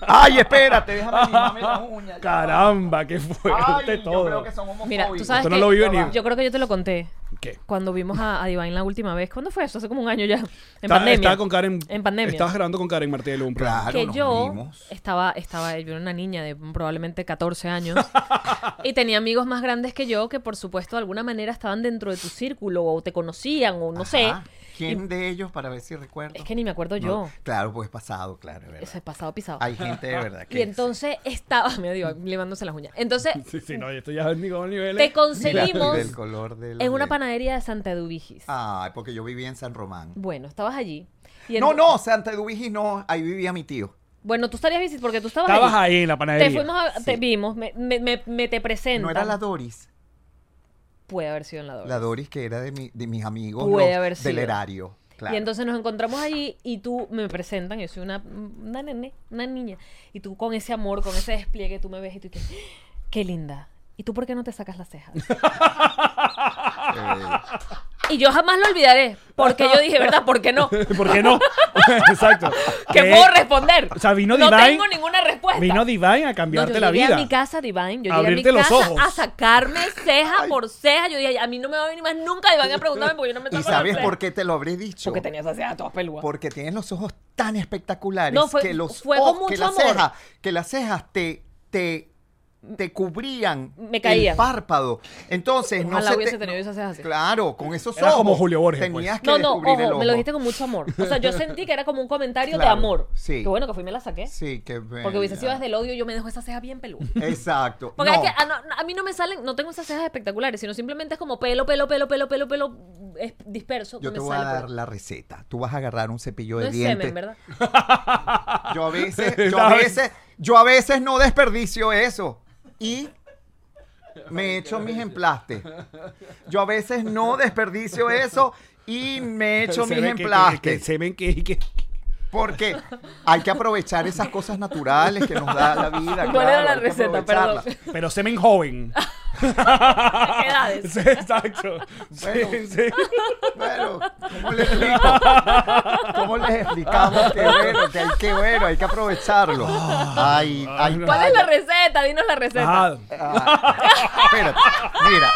Speaker 3: Ay, espérate, déjame limarme la uña. ya.
Speaker 1: Caramba, qué fuerte
Speaker 3: Ay, yo
Speaker 1: todo.
Speaker 3: creo que son homofóbicos.
Speaker 2: Mira, tú sabes
Speaker 1: Esto no
Speaker 2: que
Speaker 1: lo vi venir.
Speaker 2: yo creo que yo te lo conté
Speaker 1: ¿Qué?
Speaker 2: cuando vimos a, a Divine la última vez. ¿Cuándo fue eso? Hace como un año ya. En
Speaker 1: Estaba-
Speaker 2: pandemia.
Speaker 1: estaba con Karen.
Speaker 2: En pandemia.
Speaker 1: Estabas grabando con Karen Martelo un programa.
Speaker 3: Claro,
Speaker 2: que
Speaker 3: nos
Speaker 2: yo eh,
Speaker 3: vimos.
Speaker 2: estaba, estaba, yo era una niña de probablemente 14 años y tenía amigos más grandes que yo que por supuesto de alguna manera estaban dentro de tu círculo o te conocían o no sé.
Speaker 3: Ajá. ¿Quién de ellos para ver si recuerdo?
Speaker 2: Es que ni me acuerdo
Speaker 3: No,
Speaker 2: yo.
Speaker 3: Claro, pues pasado, claro, es verdad.
Speaker 2: Ese pasado pisado.
Speaker 3: Hay gente de verdad que
Speaker 2: y entonces estaba, me digo, limándose las uñas. Entonces
Speaker 1: Sí, sí, no, esto ya es ningún nivel.
Speaker 2: te
Speaker 3: Mira,
Speaker 2: conseguimos
Speaker 3: del Ah. color del-
Speaker 2: en una panadería de Santa Eduvigis.
Speaker 3: Ay, porque yo vivía en San Román.
Speaker 2: Bueno, estabas allí. y
Speaker 3: No,
Speaker 2: ento-
Speaker 3: no, Santa Eduvigi no, ahí vivía mi tío.
Speaker 2: Bueno, tú estarías visitando porque tú estabas,
Speaker 1: Estabas
Speaker 2: allí.
Speaker 1: ahí en la panadería.
Speaker 2: Te fuimos a, te vimos, me, me- me- me te presentan.
Speaker 3: No era la Doris.
Speaker 2: Puede haber sido en la Dora.
Speaker 3: La Doris que era de, mi- de mis amigos
Speaker 2: Puede
Speaker 3: los
Speaker 2: haber
Speaker 3: del
Speaker 2: sido.
Speaker 3: erario. Claro.
Speaker 2: Y entonces nos encontramos allí y tú me presentan, yo soy una, una nene, una niña, y tú con ese amor, con ese despliegue, tú me ves y tú dices, qué linda. ¿Y tú por qué no te sacas las cejas?
Speaker 3: Eh,
Speaker 2: Y yo jamás lo olvidaré, porque yo dije, ¿verdad? ¿Por qué no?
Speaker 1: ¿Por qué no? Exacto.
Speaker 2: ¿Qué
Speaker 1: Eh,
Speaker 2: puedo responder?
Speaker 1: o sea, vino
Speaker 2: no
Speaker 1: Divine-
Speaker 2: tengo ninguna respuesta.
Speaker 1: Vino Divine a
Speaker 2: No,
Speaker 1: cambiarte
Speaker 2: pues. yo
Speaker 1: la
Speaker 2: llegué
Speaker 1: vida.
Speaker 2: a mi casa, Divine, yo llegué
Speaker 1: Abrirte
Speaker 2: a mi
Speaker 1: los
Speaker 2: casa
Speaker 1: ojos.
Speaker 2: a sacarme ceja por ceja. Yo dije, a mí no me va a venir más nunca Divine a preguntarme porque yo no me
Speaker 3: ¿Y
Speaker 2: saco
Speaker 3: sabes
Speaker 2: las
Speaker 3: por
Speaker 2: cejas".
Speaker 3: qué te lo habré dicho?
Speaker 2: Porque tenías esas cejas todas peludas.
Speaker 3: Porque tienes los ojos tan espectaculares
Speaker 2: No, fue-
Speaker 3: que los
Speaker 2: fue con
Speaker 3: ojos- que las
Speaker 2: mucho amor.
Speaker 3: cejas, que las cejas te te te cubrían
Speaker 2: Me caían.
Speaker 3: el párpado. Entonces, no
Speaker 2: Ojalá
Speaker 3: se
Speaker 2: hubiese
Speaker 3: te-
Speaker 2: tenido
Speaker 3: no-
Speaker 2: esas cejas así.
Speaker 3: Claro, con esos
Speaker 1: Era
Speaker 3: ojos.
Speaker 1: como Julio Borges, pues.
Speaker 3: Tenías que
Speaker 2: No, no,
Speaker 3: descubrir el
Speaker 2: ojo,
Speaker 3: ojo.
Speaker 2: me lo dijiste con mucho amor. O sea, yo sentí que era como un comentario de
Speaker 3: Claro,
Speaker 2: amor.
Speaker 3: sí.
Speaker 2: Qué bueno que fui y me la saqué.
Speaker 3: Sí, qué
Speaker 2: Porque hubiese sido
Speaker 3: bella.
Speaker 2: desde el odio, yo me dejo esa ceja bien peluda.
Speaker 3: Exacto.
Speaker 2: Porque
Speaker 3: no.
Speaker 2: es que a, no- a mí no me salen, no tengo esas cejas espectaculares, sino simplemente es como pelo, pelo, pelo, pelo, pelo, pelo es disperso.
Speaker 3: Yo te
Speaker 2: me
Speaker 3: voy a
Speaker 2: sale
Speaker 3: dar
Speaker 2: por-
Speaker 3: la receta. Tú vas a agarrar un cepillo
Speaker 2: pues. No
Speaker 3: de
Speaker 2: es
Speaker 3: dientes.
Speaker 2: semen, ¿verdad?
Speaker 3: Yo a veces, yo a veces, yo a veces no desperdicio eso. Y me echo mis emplastes. Yo a veces no desperdicio eso y me echo mis
Speaker 1: Semen que- que- que-
Speaker 3: emplastes.
Speaker 1: Semen que... que-
Speaker 3: Porque hay que aprovechar esas cosas naturales que nos da la vida.
Speaker 2: ¿Cuál
Speaker 3: claro,
Speaker 2: era la
Speaker 3: hay que
Speaker 2: receta?
Speaker 3: aprovecharla.
Speaker 2: Perdón.
Speaker 1: Pero semen joven.
Speaker 2: Edades.
Speaker 1: Sí, Exacto. Sí,
Speaker 3: Bueno.
Speaker 1: sí.
Speaker 3: Bueno, ¿cómo les explico? ¿Cómo les explicamos que bueno, que hay que bueno, hay que aprovecharlo? Ay, ay,
Speaker 2: ¿Cuál es
Speaker 3: ay.
Speaker 2: la receta? Dinos la
Speaker 5: Ah.
Speaker 2: receta.
Speaker 1: Ajá.
Speaker 3: Espérate, mira.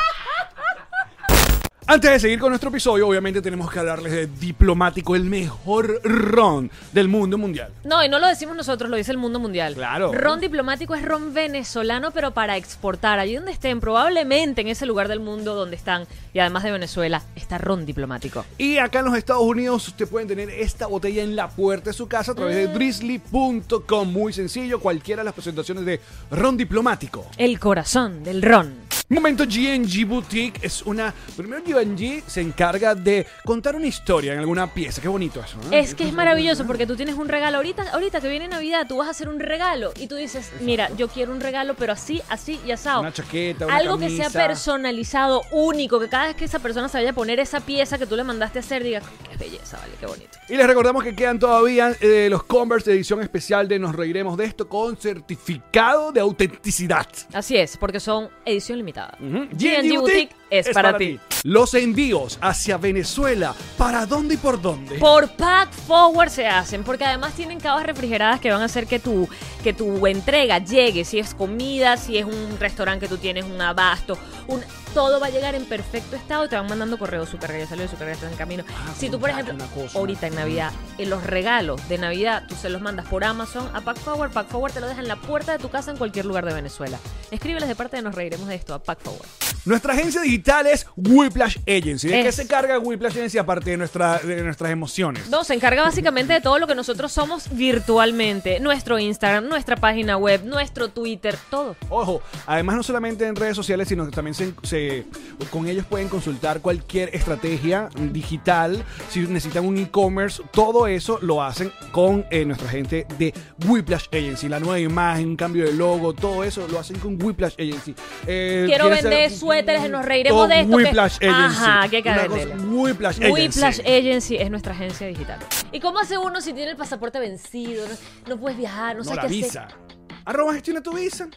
Speaker 1: Antes de seguir con nuestro episodio, obviamente tenemos que hablarles de Diplomático, el mejor ron del mundo mundial.
Speaker 2: No, y no lo decimos nosotros, lo dice el mundo mundial.
Speaker 1: Claro.
Speaker 2: Ron diplomático es ron venezolano, pero para exportar. Allí donde estén, probablemente en ese lugar del mundo donde están, y además de Venezuela, está ron diplomático.
Speaker 1: Y acá en los Estados Unidos usted pueden tener esta botella en la puerta de su casa a través de
Speaker 2: Mm.
Speaker 1: drizzly.com. Muy sencillo, cualquiera de las presentaciones de ron diplomático.
Speaker 2: El corazón del ron.
Speaker 1: Momento GNG Boutique es una... Primero GNG se encarga de contar una historia en alguna pieza. Qué bonito eso. ¿no?
Speaker 2: Es que es maravilloso porque tú tienes un regalo. Ahorita, ahorita que viene Navidad, tú vas a hacer un regalo y tú dices, mira, yo quiero un regalo, pero así, así y asado.
Speaker 1: Una chaqueta, una
Speaker 2: Algo que
Speaker 1: camisa.
Speaker 2: sea personalizado, único, que cada vez que esa persona se vaya a poner esa pieza que tú le mandaste a hacer, diga, qué belleza, vale, qué bonito.
Speaker 1: Y les recordamos que quedan todavía eh, los Converse de edición especial de Nos Reiremos de esto con certificado de autenticidad.
Speaker 2: Así es, porque son edición limitada.
Speaker 1: Ujú.
Speaker 2: G&G Boutique es para ti.
Speaker 1: Los envíos hacia Venezuela, ¿para dónde y por dónde?
Speaker 2: Por pack forward se hacen, porque además tienen cavas refrigeradas que van a hacer que tu, que tu entrega llegue, si es comida, si es un restaurante que tú tienes, un abasto, un, todo va a llegar en perfecto estado, te van mandando correos, super ya salió, de super está en camino. si tú, por
Speaker 1: contacto,
Speaker 2: ejemplo,
Speaker 1: Ah, una cosa,
Speaker 2: ahorita en Navidad, en los regalos de Navidad, tú se los mandas por Amazon a pack forward, pack forward te lo deja en la puerta de tu casa en cualquier lugar de Venezuela. Escríbeles de parte de Nos Reiremos de esto a pack forward.
Speaker 1: Nuestra agencia digital es Whiplash Agency. ¿De qué
Speaker 2: Es.
Speaker 1: se carga Whiplash Agency aparte de, nuestra, de nuestras emociones?
Speaker 2: No, se encarga básicamente de todo lo que nosotros somos virtualmente. Nuestro Instagram, nuestra página web, nuestro Twitter, todo.
Speaker 1: Ojo, además no solamente en redes sociales, sino que también se, se- con ellos pueden consultar cualquier estrategia digital. Si necesitan un e-commerce, todo eso lo hacen con eh, nuestra gente de Whiplash Agency. La nueva imagen, cambio de logo, todo eso lo hacen con
Speaker 5: Whiplash Agency. Eh,
Speaker 2: Quiero
Speaker 5: ¿quieres
Speaker 2: vender
Speaker 5: ser-
Speaker 2: suéteres, nos reiremos
Speaker 5: Top
Speaker 2: de esto, que-
Speaker 5: Whiplash Agency.
Speaker 2: Ajá, que hay que
Speaker 5: Una
Speaker 2: venderlo.
Speaker 5: cosa, Whiplash Agency.
Speaker 2: Whiplash Agency es nuestra agencia digital. ¿Y cómo hace uno si tiene el pasaporte vencido? No, no puedes viajar, no,
Speaker 5: No
Speaker 2: sabes
Speaker 5: la
Speaker 2: qué
Speaker 5: visa.
Speaker 2: hacer.
Speaker 5: Arroba gestiona tu visa.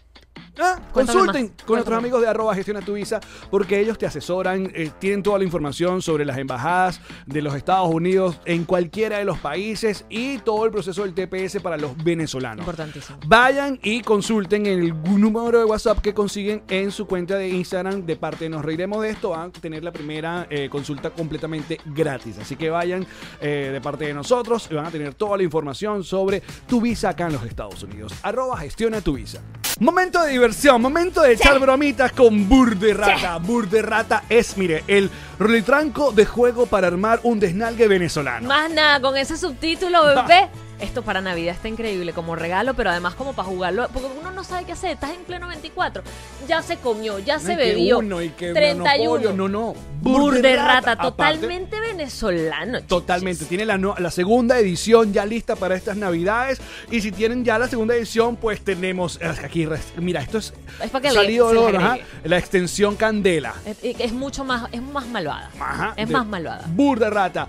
Speaker 5: Ah,
Speaker 2: Cuéntame
Speaker 5: consulten
Speaker 2: más,
Speaker 5: con
Speaker 2: cuéntame
Speaker 5: nuestros
Speaker 2: más.
Speaker 5: amigos de arroba gestiona tu visa porque ellos te asesoran, eh, tienen toda la información sobre las embajadas de los Estados Unidos en cualquiera de los países y todo el proceso del TPS para los venezolanos.
Speaker 2: Importantísimo.
Speaker 5: Vayan y consulten el número de WhatsApp que consiguen en su cuenta de Instagram de parte de Nos Reiremos de Esto. Van a tener la primera eh, consulta completamente gratis. Así que vayan eh, de parte de nosotros y van a tener toda la información sobre tu visa acá en los Estados Unidos. Arroba gestiona tu visa. Momento de diversión, momento de echar bromitas con Burde Rata. Burde Rata es, mire, el retranco de juego para armar un desnalgue venezolano.
Speaker 2: Más nada, con ese subtítulo, bebé. Esto para Navidad está increíble como regalo, pero además como para jugarlo, porque uno no sabe qué hacer, estás en pleno 24, ya se comió, ya se
Speaker 5: No, y que
Speaker 2: bebió.
Speaker 5: uno, y que monopolio, No,
Speaker 2: 31.
Speaker 5: no.
Speaker 2: Burde rata,
Speaker 5: aparte,
Speaker 2: totalmente venezolano. chichis.
Speaker 5: Totalmente. Tiene la, no- la segunda edición ya lista para estas navidades. Y si tienen ya la segunda edición, pues tenemos eh, aquí. res- Mira, esto es,
Speaker 2: Es para que le-
Speaker 5: salido
Speaker 2: se
Speaker 5: del
Speaker 2: le
Speaker 5: horno, ajá,
Speaker 2: agregue.
Speaker 5: la extensión Candela.
Speaker 2: Es, es mucho más, es más malvada.
Speaker 5: Ajá,
Speaker 2: es
Speaker 5: de
Speaker 2: más malvada.
Speaker 5: Burda rata.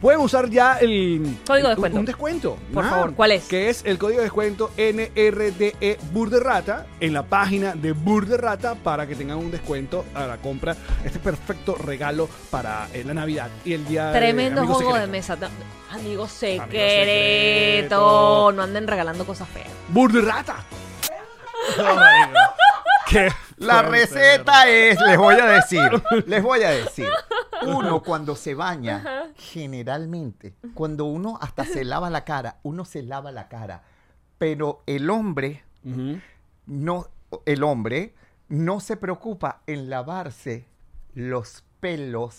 Speaker 5: Pueden usar ya el
Speaker 2: Código
Speaker 5: un-
Speaker 2: de descuento.
Speaker 5: Un descuento.
Speaker 2: Por favor, ¿cuál es?
Speaker 5: Que es el código de descuento NRDE E Burda Rata en la página de Burda Rata para que tengan un descuento a la compra. Este perfecto regalo para eh, la Navidad y el día de
Speaker 2: Tremendo
Speaker 5: Amigo
Speaker 2: juego de
Speaker 5: Secreto.
Speaker 2: mesa. Amigo secreto,
Speaker 5: secreto.
Speaker 2: No anden regalando cosas feas.
Speaker 5: Burda Rata. No, marico. Qué
Speaker 3: La
Speaker 5: fuerte,
Speaker 3: receta es, les voy a decir, les voy a decir. Uno cuando se baña, generalmente, cuando uno hasta se lava la cara, uno se lava la cara. Pero el hombre
Speaker 5: Ujú.
Speaker 3: no, el hombre no se preocupa en lavarse los pelos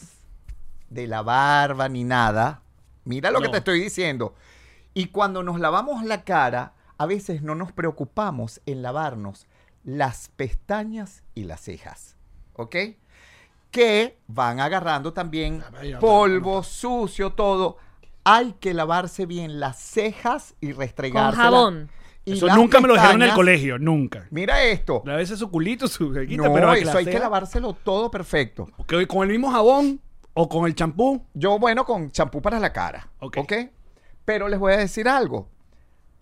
Speaker 3: de la barba ni nada. Mira lo que
Speaker 5: No.
Speaker 3: te estoy diciendo. Y cuando nos lavamos la cara, a veces no nos preocupamos en lavarnos las pestañas y las cejas. ¿Ok? Que van agarrando también
Speaker 5: Ah, vaya,
Speaker 3: polvo, sucio, todo. Hay que lavarse bien las cejas y restregarse.
Speaker 2: jabón.
Speaker 5: Eso nunca me lo dijeron en el colegio, nunca.
Speaker 3: Mira esto.
Speaker 5: A veces su culito, su jequita,
Speaker 3: No,
Speaker 5: pero la
Speaker 3: eso hay que
Speaker 5: clasea.
Speaker 3: lavárselo todo perfecto.
Speaker 5: Que con el mismo jabón o con el champú.
Speaker 3: Yo, bueno, con champú para la cara.
Speaker 5: Ok.
Speaker 3: Ok. Pero les voy a decir algo.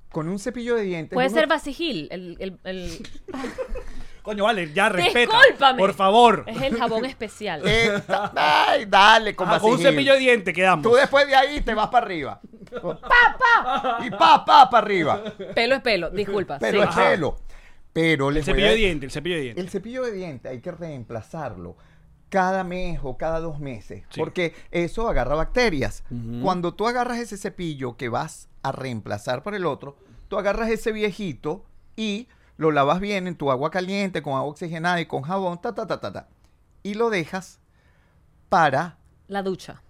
Speaker 3: Con un cepillo de dientes.
Speaker 2: Puede
Speaker 3: uno-
Speaker 2: ser Vasigil. El, el- el-
Speaker 5: Coño, vale, ya respeta.
Speaker 2: Discúlpame.
Speaker 5: Por favor.
Speaker 2: es el jabón especial.
Speaker 3: Eh, ta- ay, dale, con,
Speaker 5: Ah, con un
Speaker 3: Vaseline.
Speaker 5: cepillo de diente quedamos.
Speaker 3: Tú después de ahí te vas para arriba. Con Pa, pa, y pa, pa, para arriba.
Speaker 2: Pelo es pelo, disculpa.
Speaker 3: Pero
Speaker 2: sí.
Speaker 3: es pelo. Pero les
Speaker 5: El
Speaker 3: voy a
Speaker 5: cepillo de
Speaker 3: decir-
Speaker 5: diente, el cepillo de diente.
Speaker 3: El cepillo de dientes hay que reemplazarlo cada mes o cada dos meses,
Speaker 5: Sí.
Speaker 3: porque eso agarra bacterias. Cuando tú agarras ese cepillo que vas a reemplazar por el otro, tú agarras ese viejito y lo lavas bien en tu agua caliente, con agua oxigenada y con jabón, ta, ta, ta, ta, ta. Y lo dejas para
Speaker 2: La ducha.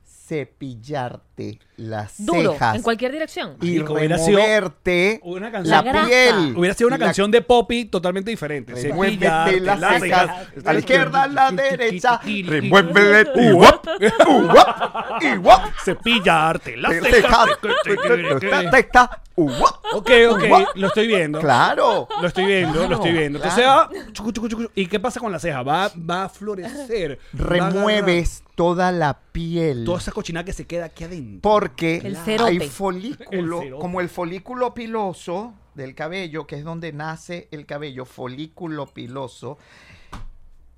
Speaker 3: cepillarte las
Speaker 2: Duro,
Speaker 3: cejas
Speaker 2: en cualquier dirección.
Speaker 3: y
Speaker 5: Marico, hubiera sido
Speaker 3: removerte
Speaker 5: una
Speaker 3: la
Speaker 5: canción.
Speaker 2: La grasa.
Speaker 3: piel.
Speaker 5: Hubiera sido una
Speaker 3: la
Speaker 5: canción de Poppy totalmente diferente.
Speaker 3: Remuévete
Speaker 5: Cepillarte
Speaker 3: las
Speaker 5: las
Speaker 3: cejas.
Speaker 5: cejas.
Speaker 3: A la izquierda, a la derecha.
Speaker 5: Remuévele
Speaker 3: Remuévele tu guap. Uguap. Iguap.
Speaker 5: Cepillarte las
Speaker 3: Te- te-
Speaker 5: cejas.
Speaker 3: te- te- te- ta. Uguap.
Speaker 5: Ok, ok, lo estoy viendo.
Speaker 3: Claro.
Speaker 5: Lo estoy viendo,
Speaker 3: Claro,
Speaker 5: lo estoy viendo.
Speaker 3: claro.
Speaker 5: Entonces va. chucu, chucu, chucu, ¿Y qué pasa con la ceja? Va, va a florecer. va a agarrar
Speaker 3: Remueves toda la piel.
Speaker 5: Toda esa cochinada que se queda aquí adentro.
Speaker 3: Porque
Speaker 2: El
Speaker 3: hay
Speaker 2: cerote.
Speaker 3: folículo,
Speaker 5: El cerote.
Speaker 3: como el folículo piloso del cabello, que es donde nace el cabello, folículo piloso.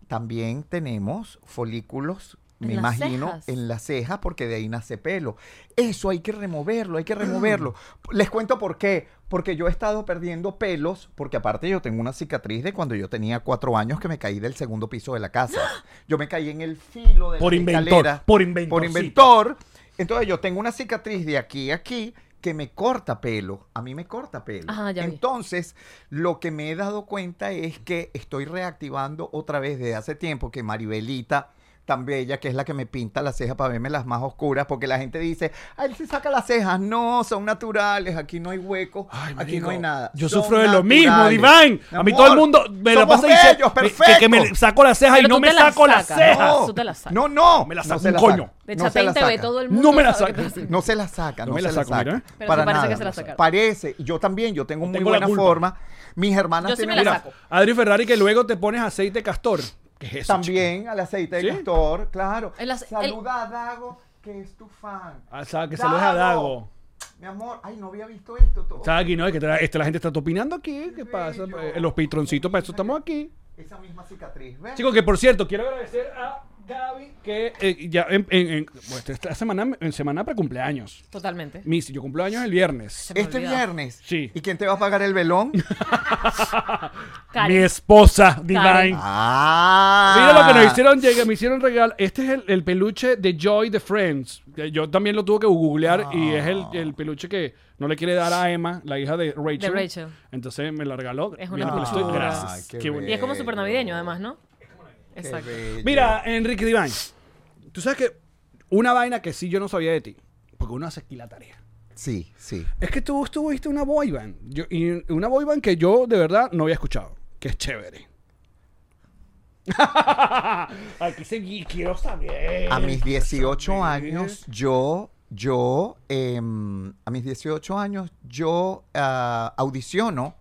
Speaker 3: También tenemos folículos,
Speaker 2: En
Speaker 3: me
Speaker 2: las
Speaker 3: imagino,
Speaker 2: cejas.
Speaker 3: en las cejas, porque de ahí nace pelo. Eso hay que removerlo, hay que removerlo. Les cuento por qué. Porque yo he estado perdiendo pelos, porque aparte yo tengo una cicatriz de cuando yo tenía cuatro años que me caí del segundo piso de la casa.
Speaker 2: ¡Ah!
Speaker 3: Yo me caí en el filo de
Speaker 5: Por
Speaker 3: la
Speaker 5: inventor,
Speaker 3: escalera.
Speaker 5: por inventor,
Speaker 3: Por
Speaker 5: sí.
Speaker 3: inventor. Entonces yo tengo una cicatriz de aquí a aquí que me corta pelo. A mí me corta pelo.
Speaker 2: Ajá, Ah, ya vi.
Speaker 3: Entonces, lo que me he dado cuenta es que estoy reactivando otra vez desde hace tiempo que Maribelita tan bella, que es la que me pinta las cejas para verme las más oscuras, porque la gente dice, ay, se saca las cejas. No, son naturales, aquí no hay hueco,
Speaker 1: Ay,
Speaker 3: aquí
Speaker 1: marico,
Speaker 3: no hay nada.
Speaker 1: Yo
Speaker 3: Son
Speaker 1: sufro de lo mismo,
Speaker 3: naturales.
Speaker 1: Diván. A mí
Speaker 3: Amor,
Speaker 1: todo el mundo me la
Speaker 3: somos
Speaker 1: pasa y dice
Speaker 3: bellos,
Speaker 1: me-
Speaker 3: perfectos.
Speaker 1: que, que me saco las cejas
Speaker 2: Pero
Speaker 1: y no
Speaker 2: tú
Speaker 1: me
Speaker 2: te las
Speaker 1: saco las
Speaker 2: sacas, ¿no?
Speaker 1: cejas.
Speaker 3: No,
Speaker 2: Tú te la sacas.
Speaker 3: no, no.
Speaker 1: Me la saco
Speaker 3: no se
Speaker 1: un
Speaker 3: la
Speaker 1: coño.
Speaker 3: saca.
Speaker 2: De
Speaker 3: No se la
Speaker 2: Chapén TV
Speaker 3: saca.
Speaker 2: todo el mundo.
Speaker 1: No me la
Speaker 2: sabe qué
Speaker 1: saco.
Speaker 2: pasa.
Speaker 3: No se la saca, no,
Speaker 1: me
Speaker 3: se
Speaker 1: la
Speaker 3: la,
Speaker 1: saca,
Speaker 3: saca.
Speaker 1: mira.
Speaker 2: Pero
Speaker 3: Para
Speaker 2: sí parece
Speaker 3: nada.
Speaker 2: que se la sacaron.
Speaker 3: Parece, yo también, yo tengo muy
Speaker 1: tengo la
Speaker 3: buena
Speaker 1: culpa.
Speaker 3: forma. Mis hermanas
Speaker 2: Yo sí me
Speaker 3: tienen-
Speaker 2: la
Speaker 1: Mira,
Speaker 2: saco.
Speaker 1: Adri Ferrari, que luego te pones aceite castor. ¿Qué es eso? chico?
Speaker 3: También al aceite de
Speaker 1: ¿Sí?
Speaker 3: castor, claro.
Speaker 2: El ace-
Speaker 3: Saluda a Dago, que es tu fan.
Speaker 1: Ah, sabe que saludes a Dago.
Speaker 3: Mi amor, ay, no había visto esto todo.
Speaker 1: ¿Sabes aquí, no? Es que tra- este, la gente está opinando aquí. ¿Qué pasa?
Speaker 3: bello.
Speaker 1: Eh, Los patroncitos, para eso estamos aquí.
Speaker 3: Esa misma cicatriz, ¿ves?
Speaker 1: Chicos, que por cierto, quiero agradecer a Gaby, que eh, ya en, en- en- bueno, esta semana, en semana para cumpleaños.
Speaker 2: Totalmente.
Speaker 1: Mis, yo cumplo años el viernes.
Speaker 2: Se me
Speaker 3: este
Speaker 2: olvidaba.
Speaker 3: viernes.
Speaker 1: Sí.
Speaker 3: ¿Y quién te va a pagar el velón?
Speaker 2: Karen.
Speaker 1: Mi esposa, Divine.
Speaker 3: ah.
Speaker 1: Mira lo que nos hicieron, llega- me hicieron regalo. Este es el, el peluche de Joy de Friends. Que Yo también lo tuve que googlear y es
Speaker 3: Ah.
Speaker 1: el, el peluche que no le quiere dar a Emma, la hija de Rachel.
Speaker 2: De Rachel.
Speaker 1: Entonces me la regaló.
Speaker 2: Es
Speaker 1: Mira,
Speaker 2: una
Speaker 1: pues, estoy-
Speaker 2: hermosura.
Speaker 1: Gracias.
Speaker 3: Ay, qué
Speaker 1: Qué bonito.
Speaker 2: Y es como super navideño, además, ¿no?
Speaker 3: Qué
Speaker 2: Exacto.
Speaker 3: bello.
Speaker 1: Mira, Enrique Divine, tú sabes que una vaina que sí yo no sabía de ti, porque uno hace aquí la tarea.
Speaker 3: Sí, sí.
Speaker 1: Es que tú estuviste una boy band. Yo- y una boy band que yo de verdad no había escuchado. Que es chévere. Aquí se y quiero saber.
Speaker 3: A mis 18 años, yo, yo, em, a mis 18 años, yo ah, audiciono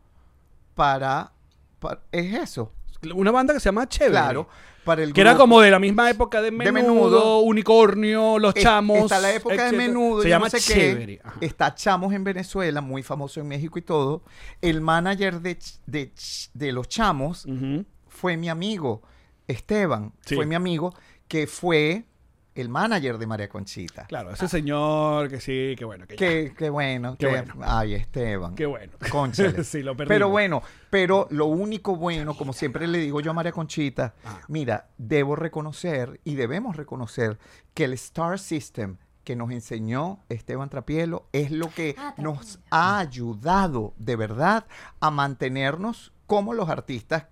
Speaker 3: para, pa- es eso,
Speaker 1: Una banda que se llama Chévere.
Speaker 3: claro, para el
Speaker 1: Que era
Speaker 3: grupo-
Speaker 1: como de la misma época de Menudo,
Speaker 3: Menudo,
Speaker 1: Unicornio, Los
Speaker 3: Es-
Speaker 1: Chamos.
Speaker 3: Está la época de
Speaker 1: etcétera.
Speaker 3: menudo.
Speaker 1: Se
Speaker 3: yo
Speaker 1: llama
Speaker 3: no sé qué.
Speaker 1: Chévere. Ajá.
Speaker 3: Está Chamos en Venezuela, muy famoso en México y todo. El manager de, Ch- de, Ch- de los Chamos
Speaker 1: Ujú.
Speaker 3: fue mi amigo, Esteban,
Speaker 1: Sí.
Speaker 3: fue mi amigo, que fue el manager de María Conchita.
Speaker 1: Claro, ese señor que sí, que bueno. Que ya.
Speaker 3: Qué, qué bueno.
Speaker 1: Qué
Speaker 3: Qué
Speaker 1: bueno.
Speaker 3: Ay, Esteban.
Speaker 1: Qué bueno.
Speaker 3: Cónchale.
Speaker 1: Sí, lo perdimos.
Speaker 3: Pero bueno, pero lo único bueno, como siempre le digo yo a María Conchita,
Speaker 1: Ah.
Speaker 3: mira, debo reconocer y debemos reconocer que el Star System que nos enseñó Esteban Trapielo es lo que nos ha ayudado de verdad a mantenernos como los artistas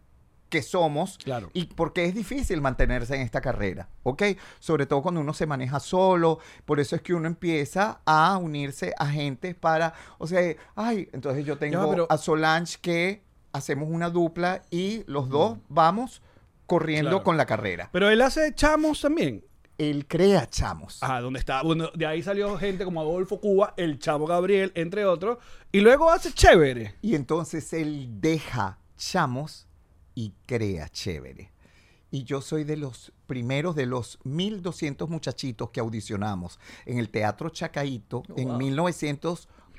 Speaker 3: que somos
Speaker 1: Claro.
Speaker 3: y porque es difícil mantenerse en esta carrera, ¿ok? Sobre todo cuando uno se maneja solo, por eso es que uno empieza a unirse a gente para, o sea, ay, entonces yo tengo
Speaker 1: pero-
Speaker 3: a Solange que hacemos una dupla y los dos vamos corriendo
Speaker 1: Mm. Claro.
Speaker 3: con la carrera.
Speaker 1: Pero él hace Chamos también.
Speaker 3: Él crea chamos.
Speaker 1: Ajá, donde está, bueno, de ahí salió gente como Adolfo Cuba, el Chavo Gabriel, entre otros, y luego hace chévere.
Speaker 3: Y entonces él deja chamos y crea chévere. Y yo soy de los primeros de los 1200 muchachitos que audicionamos en el Teatro Chacaito en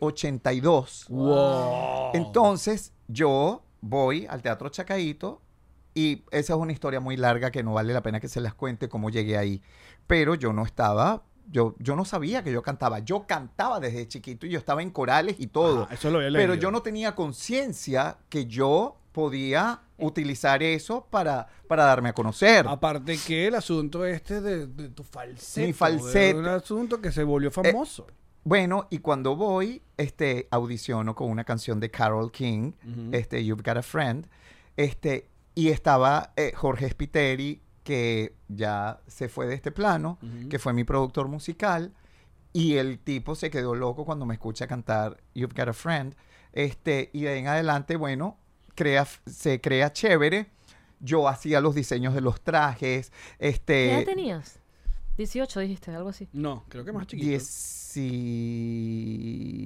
Speaker 3: 1982. Entonces yo voy al Teatro Chacaito y esa es una historia muy larga que no vale la pena que se las cuente cómo llegué ahí. Pero yo no estaba, yo, yo no sabía que yo cantaba. Yo cantaba desde chiquito y yo estaba en corales y todo.
Speaker 1: Ah, eso lo había
Speaker 3: Pero
Speaker 1: leído.
Speaker 3: yo no tenía conciencia que yo podía utilizar eso para, para darme a conocer.
Speaker 1: Aparte que el asunto este de, de tu falsete.
Speaker 3: Mi Eh, falsete.
Speaker 1: Un asunto que se volvió famoso.
Speaker 3: Bueno, y cuando voy, este, audiciono con una canción de Carol King, este, You've Got a Friend, este, y estaba eh, Jorge Spiteri, que ya se fue de este plano, que fue mi productor musical, y el tipo se quedó loco cuando me escucha cantar You've Got a Friend, este, y de ahí en adelante, bueno, crea, se crea chévere, yo hacía los diseños de los trajes,
Speaker 2: ¿Qué edad
Speaker 3: este,
Speaker 2: tenías? 18 dijiste, algo así.
Speaker 1: No, creo que más chiquito.
Speaker 3: Dieci...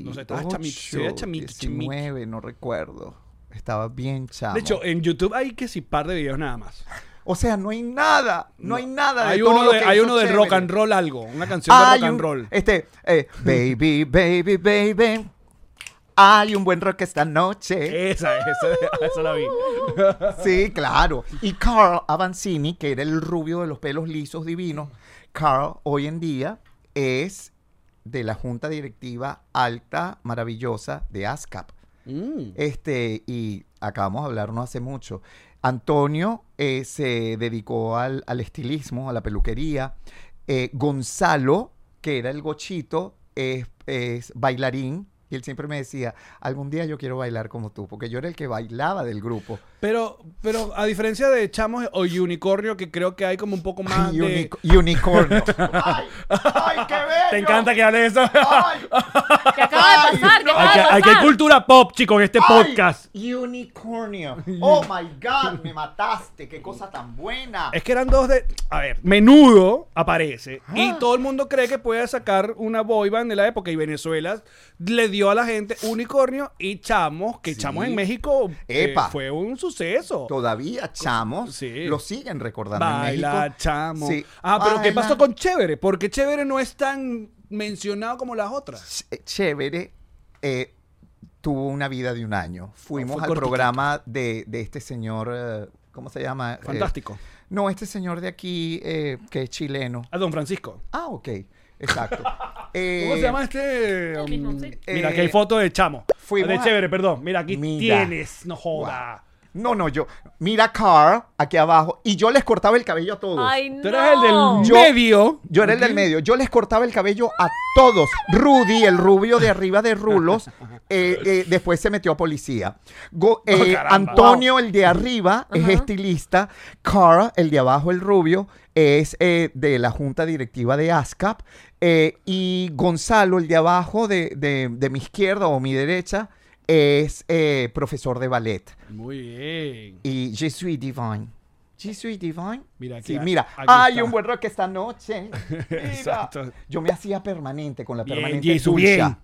Speaker 1: No sé, estaba chamito, se veía chamito, chamito.
Speaker 3: 19, no recuerdo. Estaba bien chamo.
Speaker 1: De hecho, en YouTube hay que si par de videos nada más.
Speaker 3: o sea, no hay nada, no, hay nada de
Speaker 1: Hay
Speaker 3: todo
Speaker 1: uno
Speaker 3: lo
Speaker 1: de,
Speaker 3: que
Speaker 1: hay
Speaker 3: hizo
Speaker 1: uno de
Speaker 3: chévere.
Speaker 1: rock and roll algo, una canción de
Speaker 3: Hay
Speaker 1: rock and
Speaker 3: un-
Speaker 1: roll.
Speaker 3: Este, eh, baby, baby, baby. Hay un buen rock esta noche.
Speaker 1: Esa, esa, esa la vi.
Speaker 3: Sí, claro. Y Carl Avancini, que era el rubio de los pelos lisos divinos, Carl hoy en día es de la junta directiva alta, maravillosa de ASCAP.
Speaker 1: Mm.
Speaker 3: Este, y acabamos de hablar no hace mucho. Antonio eh, se dedicó al, al estilismo, a la peluquería. Eh, Gonzalo, que era el gochito, es, es bailarín. Y él siempre me decía, algún día yo quiero bailar como tú, porque yo era el que bailaba del grupo.
Speaker 1: Pero, pero a diferencia de chamos o unicornio, que creo que hay como un poco más
Speaker 3: Y
Speaker 1: de...
Speaker 3: unicornio. ¡Ay! ¡Ay, qué bello!
Speaker 1: Te encanta que hable de eso.
Speaker 3: ¡Ay!
Speaker 2: ¿Qué acaba de
Speaker 3: Ay,
Speaker 2: pasar? ¿Qué
Speaker 3: no.
Speaker 2: acaba
Speaker 1: Aquí,
Speaker 2: de pasar?
Speaker 1: aquí hay cultura pop, chicos, en este
Speaker 3: ¡Ay!
Speaker 1: podcast.
Speaker 3: Unicornio. Oh my God, me mataste. Qué cosa tan buena.
Speaker 1: Es que eran dos de. A ver, menudo aparece.
Speaker 3: Ah.
Speaker 1: Y todo el mundo cree que puede sacar una boy band de la época. Y Venezuela le dio a la gente unicornio y chamos, que
Speaker 3: Sí.
Speaker 1: chamos en México eh,
Speaker 3: Epa.
Speaker 1: fue un suceso.
Speaker 3: Todavía chamos
Speaker 1: Sí.
Speaker 3: lo siguen recordando. en
Speaker 1: Baila,
Speaker 3: México.
Speaker 1: chamo.
Speaker 3: Sí.
Speaker 1: Ah, pero ¿qué
Speaker 3: Baila.
Speaker 1: pasó con Chévere? Porque Chévere no es tan mencionado como las otras.
Speaker 3: Ch- Chévere eh, tuvo una vida de un año. Fuimos
Speaker 1: Fue
Speaker 3: al
Speaker 1: cortito.
Speaker 3: programa de, de este señor, eh, ¿cómo se llama? Eh,
Speaker 1: Fantástico.
Speaker 3: no, este señor de aquí eh, que es chileno.
Speaker 1: A Don Francisco.
Speaker 3: Ah, ok. Exacto. Eh,
Speaker 1: ¿Cómo se llama este?
Speaker 2: El mismo, sí.
Speaker 1: Mira, aquí
Speaker 3: Eh,
Speaker 1: hay foto de chamo.
Speaker 3: fuimos
Speaker 1: de
Speaker 3: a-
Speaker 1: Chévere, perdón. Mira, aquí
Speaker 3: Mira.
Speaker 1: tienes. No joda.
Speaker 3: No, no, yo. Mira Carl aquí abajo y yo les cortaba el cabello a todos.
Speaker 2: Ay, no.
Speaker 1: Tú eres el del
Speaker 3: Yo-
Speaker 1: medio.
Speaker 3: Yo era el del medio. Yo les cortaba el cabello a todos. Rudy, el rubio de arriba de rulos, eh, eh, después se metió a policía. Go- eh,
Speaker 1: caramba.
Speaker 3: Antonio, el de arriba, es estilista. Carl, el de abajo, el rubio, es eh, de la junta directiva de ASCAP. Eh, y Gonzalo, el de abajo, de, de- de mi izquierda o mi derecha, es eh, profesor de ballet.
Speaker 1: Muy bien.
Speaker 3: Y Je suis divine. Je suis divine.
Speaker 1: Mira, aquí
Speaker 3: Sí,
Speaker 1: a-
Speaker 3: mira.
Speaker 1: aquí
Speaker 3: Hay
Speaker 1: está.
Speaker 3: un buen rock esta noche. Mira.
Speaker 1: Exacto.
Speaker 3: Yo me hacía permanente con la
Speaker 1: Bien,
Speaker 3: permanente
Speaker 1: Jisoo,
Speaker 3: dulce.
Speaker 1: bien.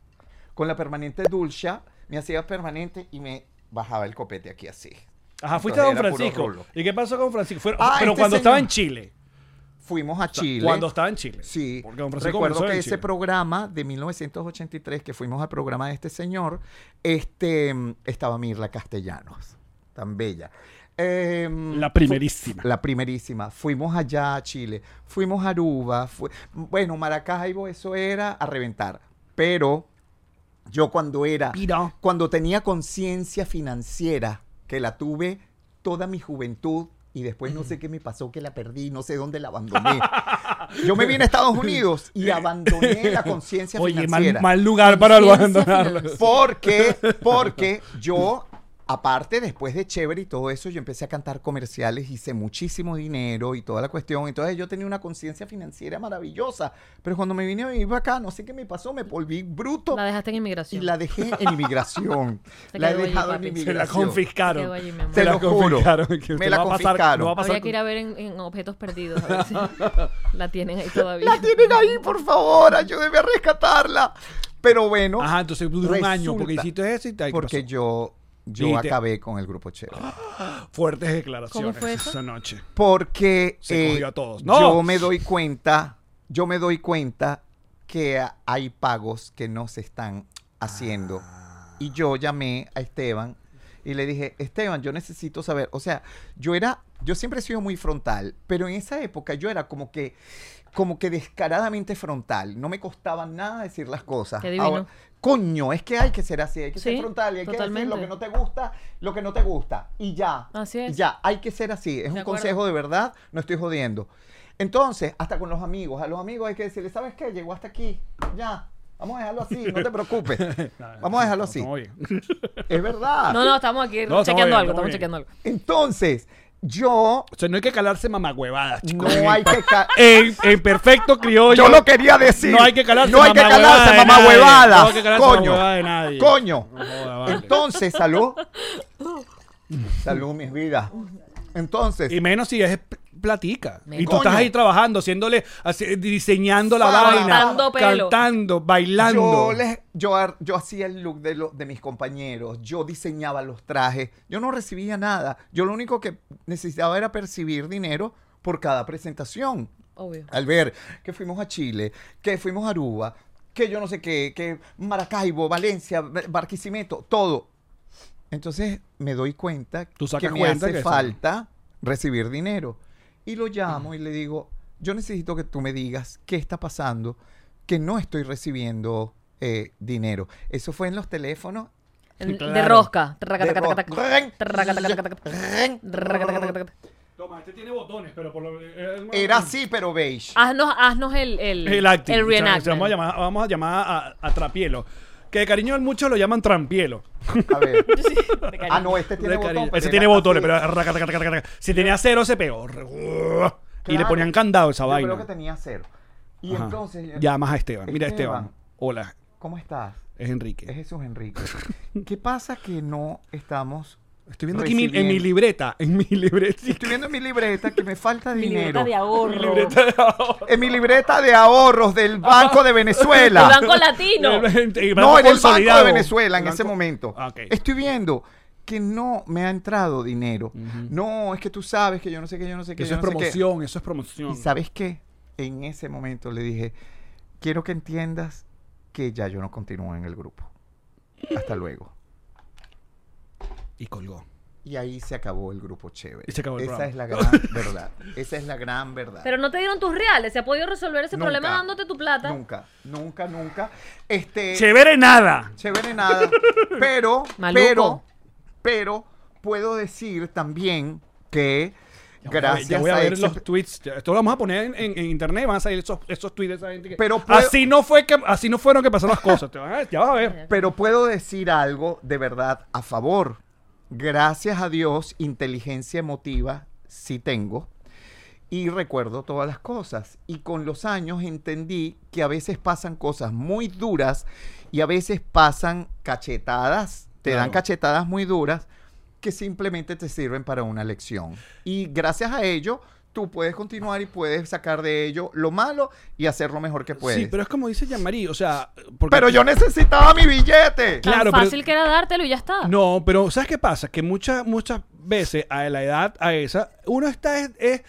Speaker 3: Con la permanente dulce, me hacía permanente y me bajaba el copete aquí así.
Speaker 1: Ajá, fuiste a Don
Speaker 3: Entonces era puro
Speaker 1: Francisco.
Speaker 3: rulo.
Speaker 1: ¿Y qué pasó con Francisco? Fueron-
Speaker 3: Ah,
Speaker 1: pero
Speaker 3: este
Speaker 1: cuando estaba
Speaker 3: señor.
Speaker 1: en Chile.
Speaker 3: Fuimos a
Speaker 1: O sea,
Speaker 3: Chile.
Speaker 1: Cuando estaba en Chile.
Speaker 3: Sí,
Speaker 1: Porque Don Francisco
Speaker 3: recuerdo
Speaker 1: comenzó
Speaker 3: que
Speaker 1: en
Speaker 3: ese
Speaker 1: Chile.
Speaker 3: programa de 1983, que fuimos al programa de este señor, este, mm, estaba Mirla Castellanos, tan bella. Em,
Speaker 1: La primerísima.
Speaker 3: La primerísima. Fuimos allá a Chile, fuimos a Aruba, fu- bueno, Maracaibo, eso era a reventar. Pero yo cuando era,
Speaker 1: Mira.
Speaker 3: cuando tenía conciencia financiera, que la tuve toda mi juventud y después no sé qué me pasó, que la perdí, no sé dónde la abandoné. Yo me vine a Estados Unidos y abandoné la conciencia
Speaker 1: Oye, mal,
Speaker 3: financiera.
Speaker 1: mal lugar para
Speaker 2: Conciencia
Speaker 1: abandonarlo.
Speaker 3: Porque, porque yo, aparte, después de Chévere y todo eso, yo empecé a cantar comerciales, hice muchísimo dinero y toda la cuestión. Entonces yo tenía una conciencia financiera maravillosa. Pero cuando me vine a vivir acá, no sé qué me pasó, me volví bruto.
Speaker 2: La dejaste en
Speaker 3: y
Speaker 2: inmigración.
Speaker 3: la dejé en inmigración.
Speaker 2: Se
Speaker 3: la he
Speaker 2: quedó allí,
Speaker 3: dejado en
Speaker 2: papi.
Speaker 1: Se
Speaker 3: inmigración.
Speaker 1: la confiscaron.
Speaker 2: Se quedó allí, mi amor.
Speaker 3: Te
Speaker 1: Se
Speaker 3: lo
Speaker 1: la
Speaker 3: juro.
Speaker 1: confiscaron. que
Speaker 3: Me
Speaker 1: usted no
Speaker 3: la
Speaker 1: va a pasar-
Speaker 3: confiscaron.
Speaker 1: no va a pasar
Speaker 2: Habría que ir a ver en, en objetos perdidos. A ver si la tienen ahí todavía.
Speaker 3: La tienen ahí, por favor, ayúdeme a rescatarla. Pero bueno,
Speaker 1: Ajá, entonces duró un año porque
Speaker 3: Resulta-
Speaker 1: hiciste eso y te
Speaker 3: porque
Speaker 1: pasó.
Speaker 3: yo, yo
Speaker 1: Dijiste-
Speaker 3: acabé con el grupo Chévere.
Speaker 1: Fuertes declaraciones
Speaker 2: ¿Cómo fue eso?
Speaker 1: esa noche.
Speaker 3: Porque eh,
Speaker 1: Se cogió a todos. ¡No!
Speaker 3: yo me doy cuenta, yo me doy cuenta que a- hay pagos que no se están haciendo.
Speaker 1: Ah.
Speaker 3: Y yo llamé a Esteban y le dije, Esteban, yo necesito saber, o sea, yo era, yo siempre he sido muy frontal, pero en esa época yo era como que, como que descaradamente frontal, no me costaba nada decir las cosas.
Speaker 2: Qué divino.
Speaker 3: coño, es que hay que ser así, hay que ser
Speaker 2: Sí,
Speaker 3: frontal, y hay que decir lo
Speaker 2: totalmente.
Speaker 3: que no te gusta, lo que no te gusta, y ya.
Speaker 2: Así es.
Speaker 3: y ya, hay que ser así, es un
Speaker 2: De acuerdo.
Speaker 3: consejo de verdad, no estoy jodiendo. Entonces, hasta con los amigos, a los amigos hay que decirles, ¿sabes qué? Llegó hasta aquí, ya, vamos a dejarlo así, no te preocupes. Vamos a dejarlo así.
Speaker 1: Estamos bien.
Speaker 3: Es verdad.
Speaker 2: No, no, estamos aquí
Speaker 1: No, estamos
Speaker 2: chequeando
Speaker 1: bien,
Speaker 2: algo.
Speaker 1: estamos
Speaker 2: Estamos
Speaker 1: bien.
Speaker 2: chequeando algo.
Speaker 3: Entonces, yo
Speaker 1: O sea, no hay que calarse mamagüevadas, chicos.
Speaker 3: no hay que... ca-
Speaker 1: En, en perfecto criollo.
Speaker 3: Yo lo quería decir.
Speaker 1: No hay que calarse
Speaker 3: No hay que
Speaker 1: mamahuevada
Speaker 3: calarse,
Speaker 1: de nadie.
Speaker 3: mamahuevada.
Speaker 1: No hay que calarse
Speaker 3: Coño.
Speaker 1: mamahuevada de nadie.
Speaker 3: Coño.
Speaker 1: No joda, vale.
Speaker 3: Entonces, salud. Salud, mis vidas. Entonces,
Speaker 1: Y menos si es pl- platica.
Speaker 2: Me
Speaker 1: y tú
Speaker 3: coño.
Speaker 1: estás ahí trabajando, haciéndole, haci- diseñando la
Speaker 3: Fa-
Speaker 1: vaina,
Speaker 2: Cortando pelo.
Speaker 1: cantando, bailando.
Speaker 3: yo, les- yo, ar- yo hacía el look de, lo- de mis compañeros, yo diseñaba los trajes, yo no recibía nada. Yo lo único que necesitaba era percibir dinero por cada presentación.
Speaker 2: Obvio.
Speaker 3: Al ver que fuimos a Chile, que fuimos a Aruba, que yo no sé qué, que Maracaibo, Valencia, Ba- Barquisimeto, todo. Entonces me doy cuenta
Speaker 1: Tú sacas
Speaker 3: que me
Speaker 1: cuenta
Speaker 3: hace
Speaker 1: que eso-
Speaker 3: falta recibir dinero. Y lo llamo y le digo, yo necesito que tú me digas qué está pasando, que no estoy recibiendo eh, dinero. Eso fue en los teléfonos.
Speaker 2: En- De
Speaker 1: claro.
Speaker 2: rosca. Traca,
Speaker 3: de
Speaker 2: taca, taca,
Speaker 3: rock.
Speaker 2: taca.
Speaker 3: Ren,
Speaker 2: Traca, taca, taca, taca.
Speaker 3: ren,
Speaker 2: Traca, taca, taca, taca.
Speaker 1: Toma, este tiene botones, pero por lo eh,
Speaker 3: Era así, pero beige.
Speaker 2: Ah. Haznos, haznos el, el,
Speaker 1: El acting. O sea,
Speaker 2: reenactment.
Speaker 1: vamos a llamar, vamos a, llamar a, a Trapielo. Que de cariño muchos lo llaman trampielo.
Speaker 3: A ver.
Speaker 2: Sí, de cariño.
Speaker 3: Ah, no, este tiene
Speaker 1: De cariño.
Speaker 3: botón.
Speaker 1: Ese tiene botones, pero raca, raca, raca, raca. si tenía cero se pegó. Y le ponían candado esa
Speaker 3: Yo
Speaker 1: vaina.
Speaker 3: creo que tenía cero. Y
Speaker 1: Ajá.
Speaker 3: entonces... eh,
Speaker 1: Llamas a Esteban. Mira, Esteban.
Speaker 3: Esteban.
Speaker 1: Hola,
Speaker 3: ¿Cómo estás?
Speaker 1: es
Speaker 3: Es
Speaker 1: Enrique.
Speaker 3: Jesús Enrique. ¿Qué pasa que no estamos...
Speaker 1: Estoy viendo aquí mi- en mi
Speaker 3: recibiendo-
Speaker 1: libreta. En mi libreta.
Speaker 3: Estoy viendo en mi libreta que me falta
Speaker 2: Mi
Speaker 3: dinero.
Speaker 2: libreta de ahorro.
Speaker 3: en mi libreta de ahorros del Banco de Venezuela.
Speaker 2: El Banco Latino.
Speaker 3: no, en el Banco de Venezuela en ese momento.
Speaker 1: Ah, ok.
Speaker 3: Estoy viendo que no me ha entrado dinero. No, es que tú sabes que yo no sé qué, yo no sé qué.
Speaker 1: Eso
Speaker 3: yo
Speaker 1: es
Speaker 3: no sé qué.
Speaker 1: promoción, eso es promoción.
Speaker 3: Y sabes qué? En ese momento le dije, quiero que entiendas que ya yo no continúo en el grupo. Hasta luego.
Speaker 1: Y colgó.
Speaker 3: Y ahí se acabó el grupo chévere.
Speaker 1: Y se acabó el
Speaker 3: Esa
Speaker 1: programa.
Speaker 3: es la gran verdad. Esa es la gran verdad.
Speaker 2: Pero no te dieron tus reales. ¿Se ha podido resolver ese
Speaker 3: Nunca,
Speaker 2: problema dándote tu plata?
Speaker 3: Nunca, nunca, nunca. Este,
Speaker 1: Chévere nada.
Speaker 3: chévere nada. Pero,
Speaker 2: Maluco.
Speaker 3: pero, pero puedo decir también que gracias
Speaker 1: Ya voy a ver
Speaker 3: ese-
Speaker 1: los tweets. Ya, Esto lo vamos a poner en, en- en internet. Van a salir esos, esos tweets de esa gente. que-
Speaker 3: Pero puedo-
Speaker 1: así, no fue que, así no fueron que pasaron las cosas. Te van a- ya vas a ver.
Speaker 3: Pero puedo decir algo de verdad a favor. Gracias a Dios, inteligencia emotiva sí tengo. Y recuerdo todas las cosas. Y con los años entendí que a veces pasan cosas muy duras y a veces pasan cachetadas. Te dan
Speaker 1: Claro.
Speaker 3: cachetadas muy duras que simplemente te sirven para una lección. Y gracias a ello, tú puedes continuar y puedes sacar de ello lo malo y hacer lo mejor que puedes.
Speaker 1: Sí, pero
Speaker 3: pero,
Speaker 1: es como dice Jean-Marie. O sea. porque-
Speaker 3: yo necesitaba mi billete.
Speaker 2: Tan
Speaker 1: Claro, pero-
Speaker 2: fácil que era dártelo y ya está.
Speaker 1: No, pero ¿sabes qué pasa? Que muchas muchas veces a la edad, a esa, uno está es, es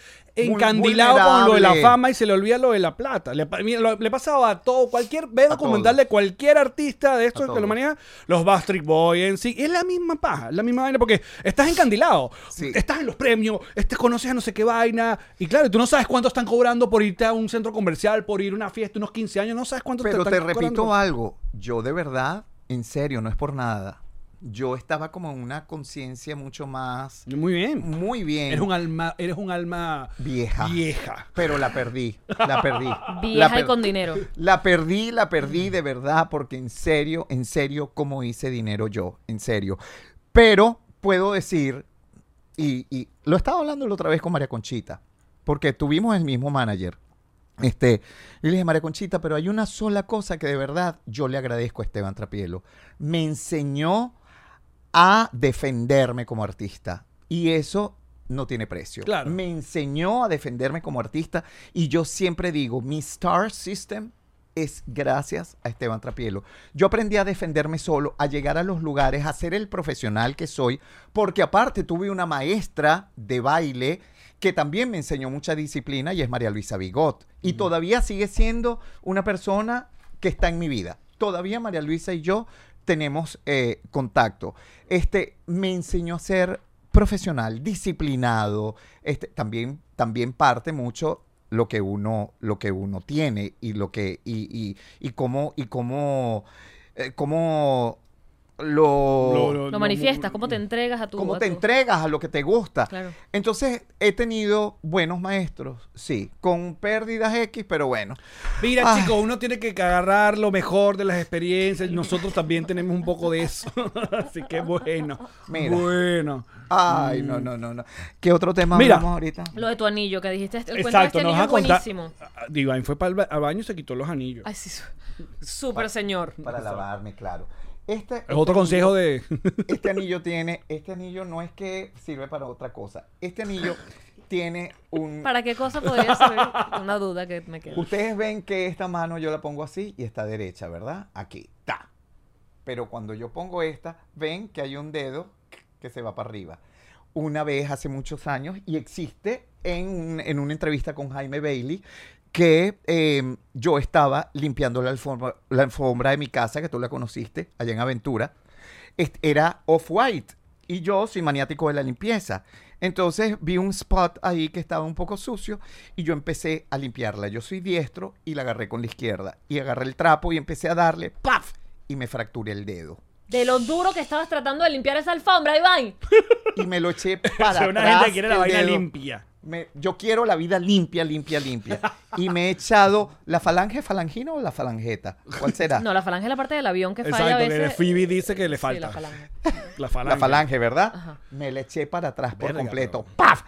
Speaker 1: encandilado con lo de la
Speaker 3: vulnerable.
Speaker 1: fama y se le olvida lo de la plata. Le, pa- mira, lo- le pasaba a todo, cualquier, ve documental
Speaker 3: todos.
Speaker 1: de cualquier artista de
Speaker 3: A
Speaker 1: estos que lo
Speaker 3: todos.
Speaker 1: maneja, los Bastric Boys en sí, es la misma paja, la misma vaina, porque estás encandilado,
Speaker 3: Sí.
Speaker 1: estás en los premios, este, conoces a no sé qué vaina, y claro, tú no sabes cuánto están cobrando por irte a un centro comercial, por ir a una fiesta, unos 15 años, no sabes cuánto
Speaker 3: Pero te,
Speaker 1: están
Speaker 3: repito
Speaker 1: cobrando.
Speaker 3: algo, yo de verdad, en serio, no es por nada. Yo estaba como en una conciencia mucho más,
Speaker 1: Muy bien.
Speaker 3: muy bien,
Speaker 1: Eres un alma, eres un alma
Speaker 3: vieja,
Speaker 1: vieja.
Speaker 3: pero la perdí, la perdí. la,
Speaker 2: Vieja y
Speaker 3: per-
Speaker 2: con dinero.
Speaker 3: la perdí, la perdí de verdad, porque en serio, en serio, cómo hice dinero yo, en serio. Pero puedo decir, y, y lo estaba hablando la otra vez con María Conchita, porque tuvimos el mismo manager. Este, y le dije, María Conchita, pero hay una sola cosa que de verdad yo le agradezco a Esteban Trapielo. Me enseñó a defenderme como artista. Y eso no tiene precio.
Speaker 1: Claro.
Speaker 3: Me enseñó a defenderme como artista. Y yo siempre digo, mi star system es gracias a Esteban Trapielo. Yo aprendí a defenderme solo, a llegar a los lugares, a ser el profesional que soy, porque aparte tuve una maestra de baile que también me enseñó mucha disciplina y es María Luisa Bigot. Y todavía sigue siendo una persona que está en mi vida. Todavía María Luisa y yo tenemos eh, contacto. Este me enseñó a ser profesional, disciplinado. Este, también, también parte mucho lo que uno, lo que uno tiene y lo que y, y, y cómo y cómo eh, cómo lo,
Speaker 1: Pues
Speaker 2: Lo manifiestas, cómo te entregas a tu.
Speaker 3: cómo
Speaker 2: a
Speaker 3: te
Speaker 2: tu-
Speaker 3: entregas a lo que te gusta.
Speaker 2: Claro.
Speaker 3: Entonces he tenido buenos maestros, sí, con pérdidas X, pero bueno.
Speaker 1: Mira,
Speaker 2: Ah.
Speaker 3: Ay.
Speaker 1: chicos, uno tiene que agarrar lo mejor de las experiencias. Nosotros también tenemos un poco de eso. Así que bueno.
Speaker 3: Mira.
Speaker 1: Bueno.
Speaker 3: Ay, no, no, no, no. ¿Qué otro tema
Speaker 1: Mira.
Speaker 3: hablamos ahorita?
Speaker 2: Lo de tu anillo que dijiste. El cuento de
Speaker 1: Exacto,
Speaker 2: este
Speaker 1: nos
Speaker 2: anillo
Speaker 1: va a
Speaker 2: es
Speaker 1: contar.
Speaker 2: buenísimo.
Speaker 1: Ah, Divine fue para el baño y se quitó los anillos.
Speaker 2: Ay, sí. su- Súper señor.
Speaker 3: Para lavarme, claro. Este,
Speaker 1: Es otro consejo de.
Speaker 3: Este anillo tiene, este anillo no es que sirve para otra cosa. Este anillo tiene un.
Speaker 2: ¿Para qué cosa podría ser? Una duda que me queda.
Speaker 3: Ustedes ven que esta mano yo la pongo así y está derecha, ¿verdad? Aquí, ta. Pero cuando yo pongo esta, ven que hay un dedo que se va para arriba. Una vez hace muchos años y existe en, un- en una entrevista con Jaime Bailey que eh, yo estaba limpiando la alfombra, la alfombra de mi casa, que tú la conociste allá en Aventura. Est- Era off-white y yo soy maniático de la limpieza. Entonces vi un spot ahí que estaba un poco sucio y yo empecé a limpiarla. Yo soy diestro y la agarré con la izquierda. Y agarré el trapo y empecé a darle, ¡paf! Y me fracturé el dedo.
Speaker 2: De lo duro que estabas tratando de limpiar esa alfombra, Iván.
Speaker 3: Y me lo eché para
Speaker 1: una
Speaker 3: atrás
Speaker 1: gente que quiere la
Speaker 3: el
Speaker 1: vaina
Speaker 3: dedo.
Speaker 1: limpia.
Speaker 3: me- yo quiero la vida limpia, limpia, limpia. Y me he echado la falange falangina o la falangeta. ¿Cuál será?
Speaker 2: No, la falange es la parte del avión que falla a
Speaker 1: Exacto, que
Speaker 2: veces. eh,
Speaker 1: Phoebe dice que le
Speaker 2: Sí,
Speaker 1: falta.
Speaker 2: la falange.
Speaker 1: La falange.
Speaker 3: la falange, ¿verdad?
Speaker 2: Ajá.
Speaker 3: Me le eché para atrás por
Speaker 1: Verga,
Speaker 3: completo. ¡Paf!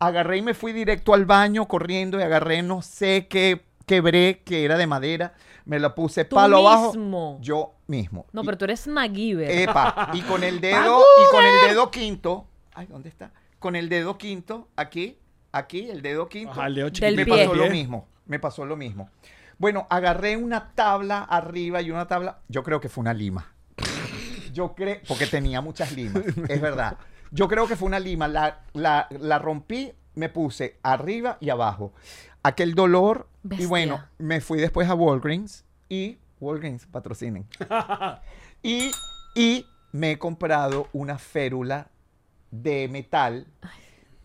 Speaker 3: Agarré y me fui directo al baño corriendo y agarré no sé qué quebré que era de madera. Me lo puse
Speaker 2: Tú
Speaker 3: palo abajo.
Speaker 2: mismo.
Speaker 3: Yo mismo.
Speaker 2: No,
Speaker 3: Y-
Speaker 2: pero tú eres MacGyver.
Speaker 1: Eh,
Speaker 3: Epa, y con el dedo, y con el dedo quinto. Ay, ¿dónde está? Con el dedo quinto, aquí, aquí, el dedo quinto.
Speaker 1: Ajá, el dedo chiquito.
Speaker 2: Del
Speaker 3: me
Speaker 2: pie.
Speaker 3: pasó lo
Speaker 1: Pie.
Speaker 3: mismo. Me pasó lo mismo. Bueno, agarré una tabla arriba y una tabla. Yo creo que fue una lima. Yo creo, porque tenía muchas limas, es verdad. Yo creo que fue una lima. La, la, la rompí, me puse arriba y abajo. Aquel dolor. Y
Speaker 2: Bestia.
Speaker 3: bueno, me fui después a Walgreens y Walgreens patrocinen. Y, y me he comprado una férula de metal.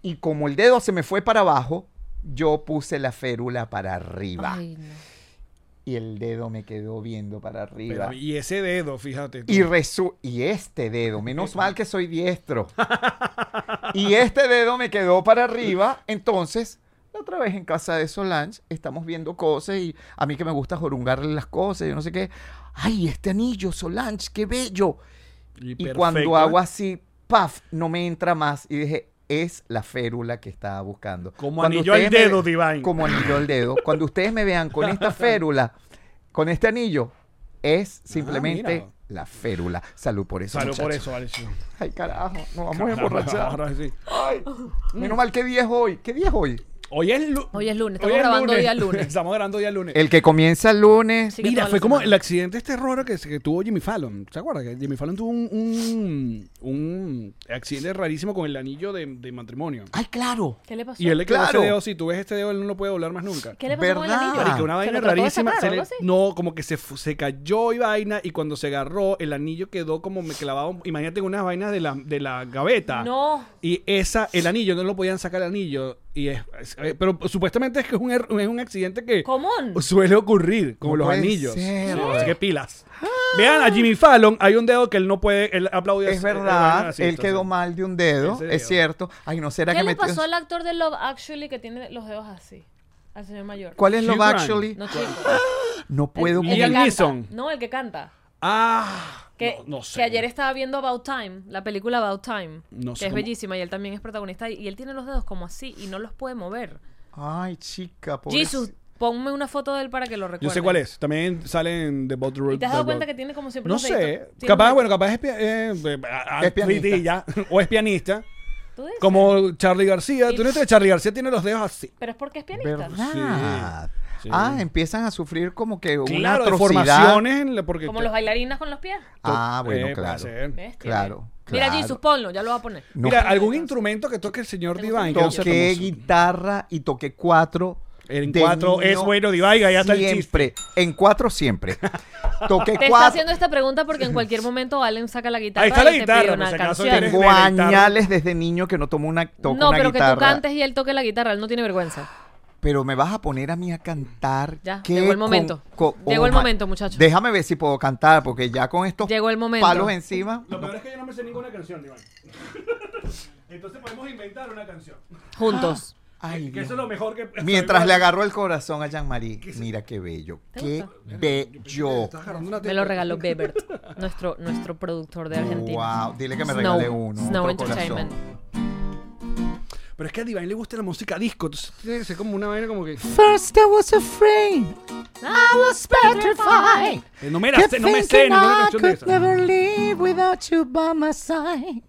Speaker 3: Y como el dedo se me fue para abajo, yo puse la férula para arriba.
Speaker 2: Ay, no.
Speaker 3: Y el dedo me quedó viendo para arriba.
Speaker 1: Pero, y ese dedo, fíjate. tú.
Speaker 3: Y resu y este dedo, menos mal que soy diestro. Y este dedo me quedó para arriba, entonces la otra vez en casa de Solange estamos viendo cosas y a mí que me gusta jorungarle las cosas, yo no sé qué. Ay, este anillo, Solange, qué bello.
Speaker 1: Y
Speaker 3: Y
Speaker 1: perfecto,
Speaker 3: cuando hago
Speaker 1: ¿eh?
Speaker 3: así, paf, no me entra más y dije es la férula que estaba buscando.
Speaker 1: Como
Speaker 3: Cuando
Speaker 1: anillo al
Speaker 3: ustedes me
Speaker 1: dedo,
Speaker 3: ve-
Speaker 1: Divine.
Speaker 3: Como anillo al dedo. Cuando ustedes me vean con esta férula, con este anillo, es simplemente
Speaker 1: Ah, mira.
Speaker 3: la férula. Salud por eso.
Speaker 1: Salud por
Speaker 3: muchachos.
Speaker 1: eso, Alex.
Speaker 3: Ay, carajo, nos vamos a emborrachar.
Speaker 1: Ahora sí.
Speaker 3: Ay, menos mal que 10 hoy. ¿Qué día es hoy?
Speaker 1: Hoy es, lu-
Speaker 2: Hoy es lunes, estamos grabando día lunes.
Speaker 1: estamos grabando día lunes.
Speaker 3: El que comienza el lunes.
Speaker 2: Sigue
Speaker 1: Eh, Mira,
Speaker 2: toda la
Speaker 1: fue como
Speaker 2: semana.
Speaker 1: el accidente este raro que, se- que tuvo Jimmy Fallon. ¿Se acuerdas? Que Jimmy Fallon tuvo un, un, un accidente rarísimo con el anillo de, de matrimonio.
Speaker 3: Ay, claro.
Speaker 2: ¿Qué le pasó?
Speaker 1: Y él le quedó
Speaker 3: Claro.
Speaker 1: ese dedo, si tú ves este dedo, él no lo puede doblar más nunca.
Speaker 2: ¿Qué le pasó con el
Speaker 3: ¿Verdad?
Speaker 2: anillo?
Speaker 3: Marica,
Speaker 1: Que una
Speaker 2: ¿Se
Speaker 1: vaina
Speaker 2: lo trató de
Speaker 1: rarísima.
Speaker 2: sacar
Speaker 1: se
Speaker 2: o
Speaker 1: le-
Speaker 2: algo así?
Speaker 1: no, como que se, fu- se cayó y vaina. Y cuando se agarró, el anillo quedó como me clavado. Imagínate en unas vainas de la, de la gaveta.
Speaker 2: No.
Speaker 1: Y esa, el anillo, no lo podían sacar el anillo. Y es, es- eh, pero supuestamente es que es un, er- es un accidente que
Speaker 2: Común.
Speaker 1: suele ocurrir con
Speaker 3: No
Speaker 1: los
Speaker 3: puede
Speaker 1: anillos.
Speaker 3: ser.
Speaker 1: Así que pilas. Vean a Jimmy Fallon, hay un dedo que él no puede, él aplaude.
Speaker 3: Es
Speaker 1: así,
Speaker 3: verdad,
Speaker 1: así,
Speaker 3: él
Speaker 1: entonces.
Speaker 3: quedó mal de un dedo,
Speaker 1: Ese
Speaker 3: es
Speaker 1: dedo.
Speaker 3: cierto. Ay, no será
Speaker 2: ¿Qué
Speaker 3: que
Speaker 2: le
Speaker 3: me
Speaker 2: pasó al actor de Love Actually que tiene los dedos así? Al señor mayor.
Speaker 3: ¿Cuál es
Speaker 1: Hugh
Speaker 3: Love
Speaker 1: Grant.
Speaker 3: Actually?
Speaker 2: No, chico.
Speaker 3: No puedo
Speaker 2: El
Speaker 1: Liam
Speaker 2: que canta.
Speaker 1: Neeson.
Speaker 2: No, el que canta.
Speaker 1: Ah,
Speaker 2: Que,
Speaker 1: no, no sé.
Speaker 2: que ayer estaba viendo About Time, la película About Time,
Speaker 1: No
Speaker 2: que
Speaker 1: sé
Speaker 2: es
Speaker 1: cómo-
Speaker 2: bellísima y él también es protagonista y, y él tiene los dedos como así y no los puede mover.
Speaker 3: Ay, chica, por
Speaker 2: Jesus, ponme una foto de él para que lo recuerde.
Speaker 1: Yo sé cuál es. También sale en The Boat Road.
Speaker 2: ¿Y te has dado cuenta que tiene como siempre
Speaker 1: No
Speaker 2: los
Speaker 1: sé.
Speaker 2: deditos? Tiene
Speaker 1: Capaz,
Speaker 2: un-
Speaker 1: bueno, capaz es, pia- eh, eh, a- a-
Speaker 3: Es pianista.
Speaker 1: y ya. o es pianista.
Speaker 2: ¿Tú dices?
Speaker 1: Como Charlie García.
Speaker 2: Y-
Speaker 1: Tú no te Charlie García tiene los dedos así.
Speaker 2: Pero es porque es pianista.
Speaker 3: ¿Verdad?
Speaker 1: Sí, sí.
Speaker 3: Ah, empiezan a sufrir como que una
Speaker 1: Claro,
Speaker 3: atrocidad.
Speaker 1: deformaciones. en la- Porque
Speaker 2: Como los bailarinas con los pies.
Speaker 3: Ah, bueno,
Speaker 1: Eh, puede
Speaker 3: claro.
Speaker 1: ser.
Speaker 2: Bestia.
Speaker 3: Claro,
Speaker 2: Mira,
Speaker 3: claro.
Speaker 2: Jesus, ponlo, ya lo voy a poner.
Speaker 3: No.
Speaker 1: Mira, algún instrumento que toque el señor
Speaker 2: Tengo
Speaker 1: Divine. que no sea
Speaker 3: toqué
Speaker 1: famoso.
Speaker 3: guitarra y toqué cuatro.
Speaker 1: En
Speaker 3: de
Speaker 1: cuatro
Speaker 3: niño
Speaker 1: es bueno, Divaiga, ya está el
Speaker 3: Siempre, en cuatro siempre. Toqué
Speaker 2: Te está
Speaker 3: cuatro.
Speaker 2: haciendo esta pregunta porque en cualquier momento Allen saca la guitarra
Speaker 1: Ahí está la
Speaker 2: y te
Speaker 1: guitarra,
Speaker 2: pide una
Speaker 1: por si acaso
Speaker 2: canción.
Speaker 1: tienes-
Speaker 3: Tengo
Speaker 1: de guitarra.
Speaker 3: añales desde niño que no tomo una, toco
Speaker 2: No,
Speaker 3: una
Speaker 2: pero
Speaker 3: guitarra.
Speaker 2: que tú cantes y él toque la guitarra, él no tiene vergüenza.
Speaker 3: Pero me vas a poner a mí a cantar.
Speaker 2: Ya,
Speaker 3: ¿Qué
Speaker 2: llegó el
Speaker 3: con-
Speaker 2: momento.
Speaker 3: con-
Speaker 2: Llegó el
Speaker 3: ma-
Speaker 2: momento, muchacho.
Speaker 3: Déjame ver si puedo cantar, porque ya con estos
Speaker 2: Llegó el momento.
Speaker 3: palos encima.
Speaker 1: Lo peor es que yo no me sé ninguna canción, Divine. Entonces podemos inventar una canción.
Speaker 2: Juntos.
Speaker 3: Ay, Dios.
Speaker 1: lo mejor que.
Speaker 3: Mientras le agarró el corazón a Jean-Marie. Mira qué bello. Qué bello.
Speaker 2: Me lo regaló Bebert, nuestro, nuestro productor de Argentina.
Speaker 3: Wow. Dile que me
Speaker 2: Snow.
Speaker 3: regale uno.
Speaker 2: Snow
Speaker 3: otro corazón.
Speaker 2: Entertainment.
Speaker 1: Pero es que a Divine le gusta la música disco. Entonces tiene que ser como una vaina como que.
Speaker 3: First I was afraid. I was petrified.
Speaker 1: Eh, No me, la
Speaker 3: Kept
Speaker 1: sé, no me sé
Speaker 3: thinking
Speaker 1: ninguna
Speaker 3: I
Speaker 1: canción de
Speaker 3: could
Speaker 1: esa.
Speaker 3: never live without you by my side.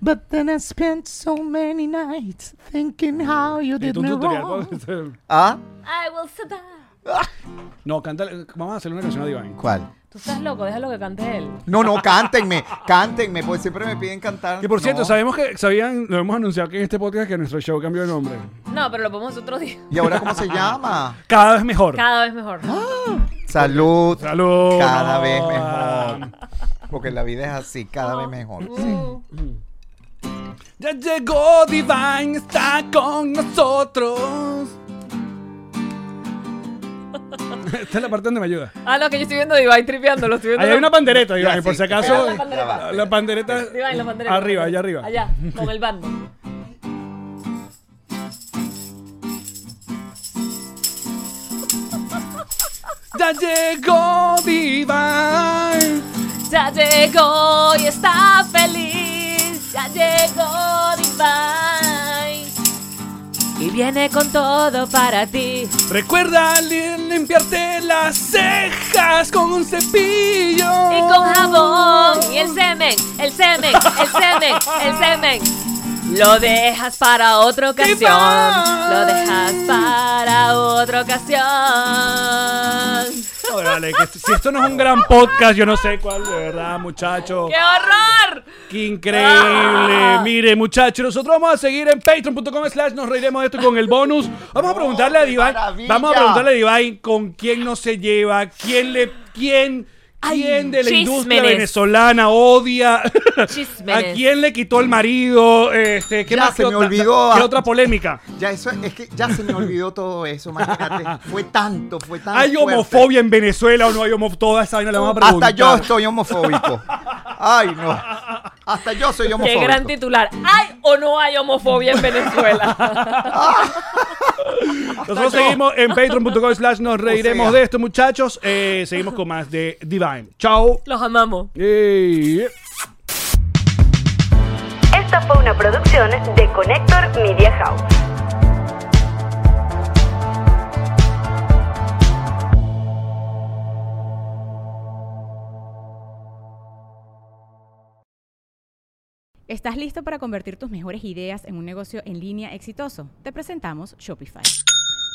Speaker 3: But then I spent so many nights thinking how you
Speaker 1: Necesito un
Speaker 3: did me
Speaker 1: tutorial,
Speaker 3: wrong.
Speaker 1: ¿no?
Speaker 3: ¿Ah?
Speaker 2: I will sit down.
Speaker 1: No, cántale. Vamos a hacerle una canción a Divine.
Speaker 3: ¿Cuál?
Speaker 2: Tú estás loco, déjalo que cante él.
Speaker 3: No, no, cántenme, cántenme, porque siempre me piden cantar.
Speaker 1: Que por cierto,
Speaker 3: No.
Speaker 1: sabemos que sabían, lo hemos anunciado que en este podcast que nuestro show cambió de nombre.
Speaker 2: No, pero lo podemos otro día.
Speaker 3: ¿Y ahora cómo se llama?
Speaker 1: Cada vez mejor.
Speaker 2: Cada vez mejor.
Speaker 1: ¿Ah?
Speaker 3: Salud.
Speaker 1: Salud. Ah.
Speaker 3: Cada
Speaker 1: No.
Speaker 3: vez mejor. Porque la vida es así, cada vez mejor.
Speaker 2: Uh,
Speaker 1: Ya llegó Divine, está con nosotros. Esta es la parte donde me ayuda.
Speaker 2: Ah, no, que yo estoy viendo a Divine tripeando, lo estoy viendo.
Speaker 1: Ahí hay una pandereta,
Speaker 3: Ya,
Speaker 1: Divine, por
Speaker 3: sí.
Speaker 1: si acaso.
Speaker 2: Espera, la pandereta.
Speaker 3: Ya va,
Speaker 1: La,
Speaker 3: espera.
Speaker 1: la pandereta.
Speaker 2: Divine, la pandereta.
Speaker 1: Arriba, allá arriba.
Speaker 2: Allá, con el bando.
Speaker 1: Ya llegó Divine.
Speaker 2: Ya llegó y está feliz. Ya llegó Divine. Y viene con todo para ti.
Speaker 1: Recuerda li- limpiarte las cejas con un cepillo.
Speaker 2: Y con jabón. Y el semen, el semen, el semen, el semen. Lo dejas para otra ocasión.
Speaker 1: Divine.
Speaker 2: Lo dejas para otra ocasión.
Speaker 1: Órale, que esto- si esto no es un gran podcast, yo no sé cuál, de verdad, muchacho.
Speaker 2: ¡Qué horror!
Speaker 1: ¡Qué
Speaker 3: Ah.
Speaker 1: increíble! Mire, muchachos, nosotros vamos a seguir en patreon.com slash nos reiremos de esto con el bonus. Vamos a preguntarle a
Speaker 3: qué
Speaker 1: Divine.
Speaker 3: maravilla!
Speaker 1: Vamos a preguntarle a Divine con quién no se lleva, quién le. quién.
Speaker 2: Ay,
Speaker 1: ¿Quién de la industria
Speaker 2: chismenes.
Speaker 1: venezolana odia? ¿A
Speaker 2: Chismenes.
Speaker 1: quién le quitó el marido? Este, ¿Qué
Speaker 3: Ya
Speaker 1: más?
Speaker 3: se
Speaker 1: ¿Qué
Speaker 3: me
Speaker 1: otra-
Speaker 3: olvidó.
Speaker 1: ¿Qué otra polémica?
Speaker 3: Ya eso es que ya se me olvidó todo eso, imagínate. Fue tanto, fue tanto.
Speaker 1: ¿Hay homofobia en Venezuela o no hay homofobia? Toda esa vaina la vamos a preguntar.
Speaker 3: Hasta yo estoy homofóbico. Ay, no. Hasta yo soy
Speaker 2: ¡Qué
Speaker 3: homofóbico.
Speaker 2: gran titular! ¿Hay o no hay homofobia en Venezuela?
Speaker 1: Nosotros
Speaker 3: yo.
Speaker 1: seguimos en patreon.com slash nos reiremos
Speaker 3: O sea.
Speaker 1: de esto, muchachos. Eh, seguimos con más de Divine. Chao.
Speaker 2: Los amamos.
Speaker 1: Ey.
Speaker 6: Esta fue una producción de Connector Media House.
Speaker 7: ¿Estás listo para convertir tus mejores ideas en un negocio en línea exitoso? Te presentamos Shopify.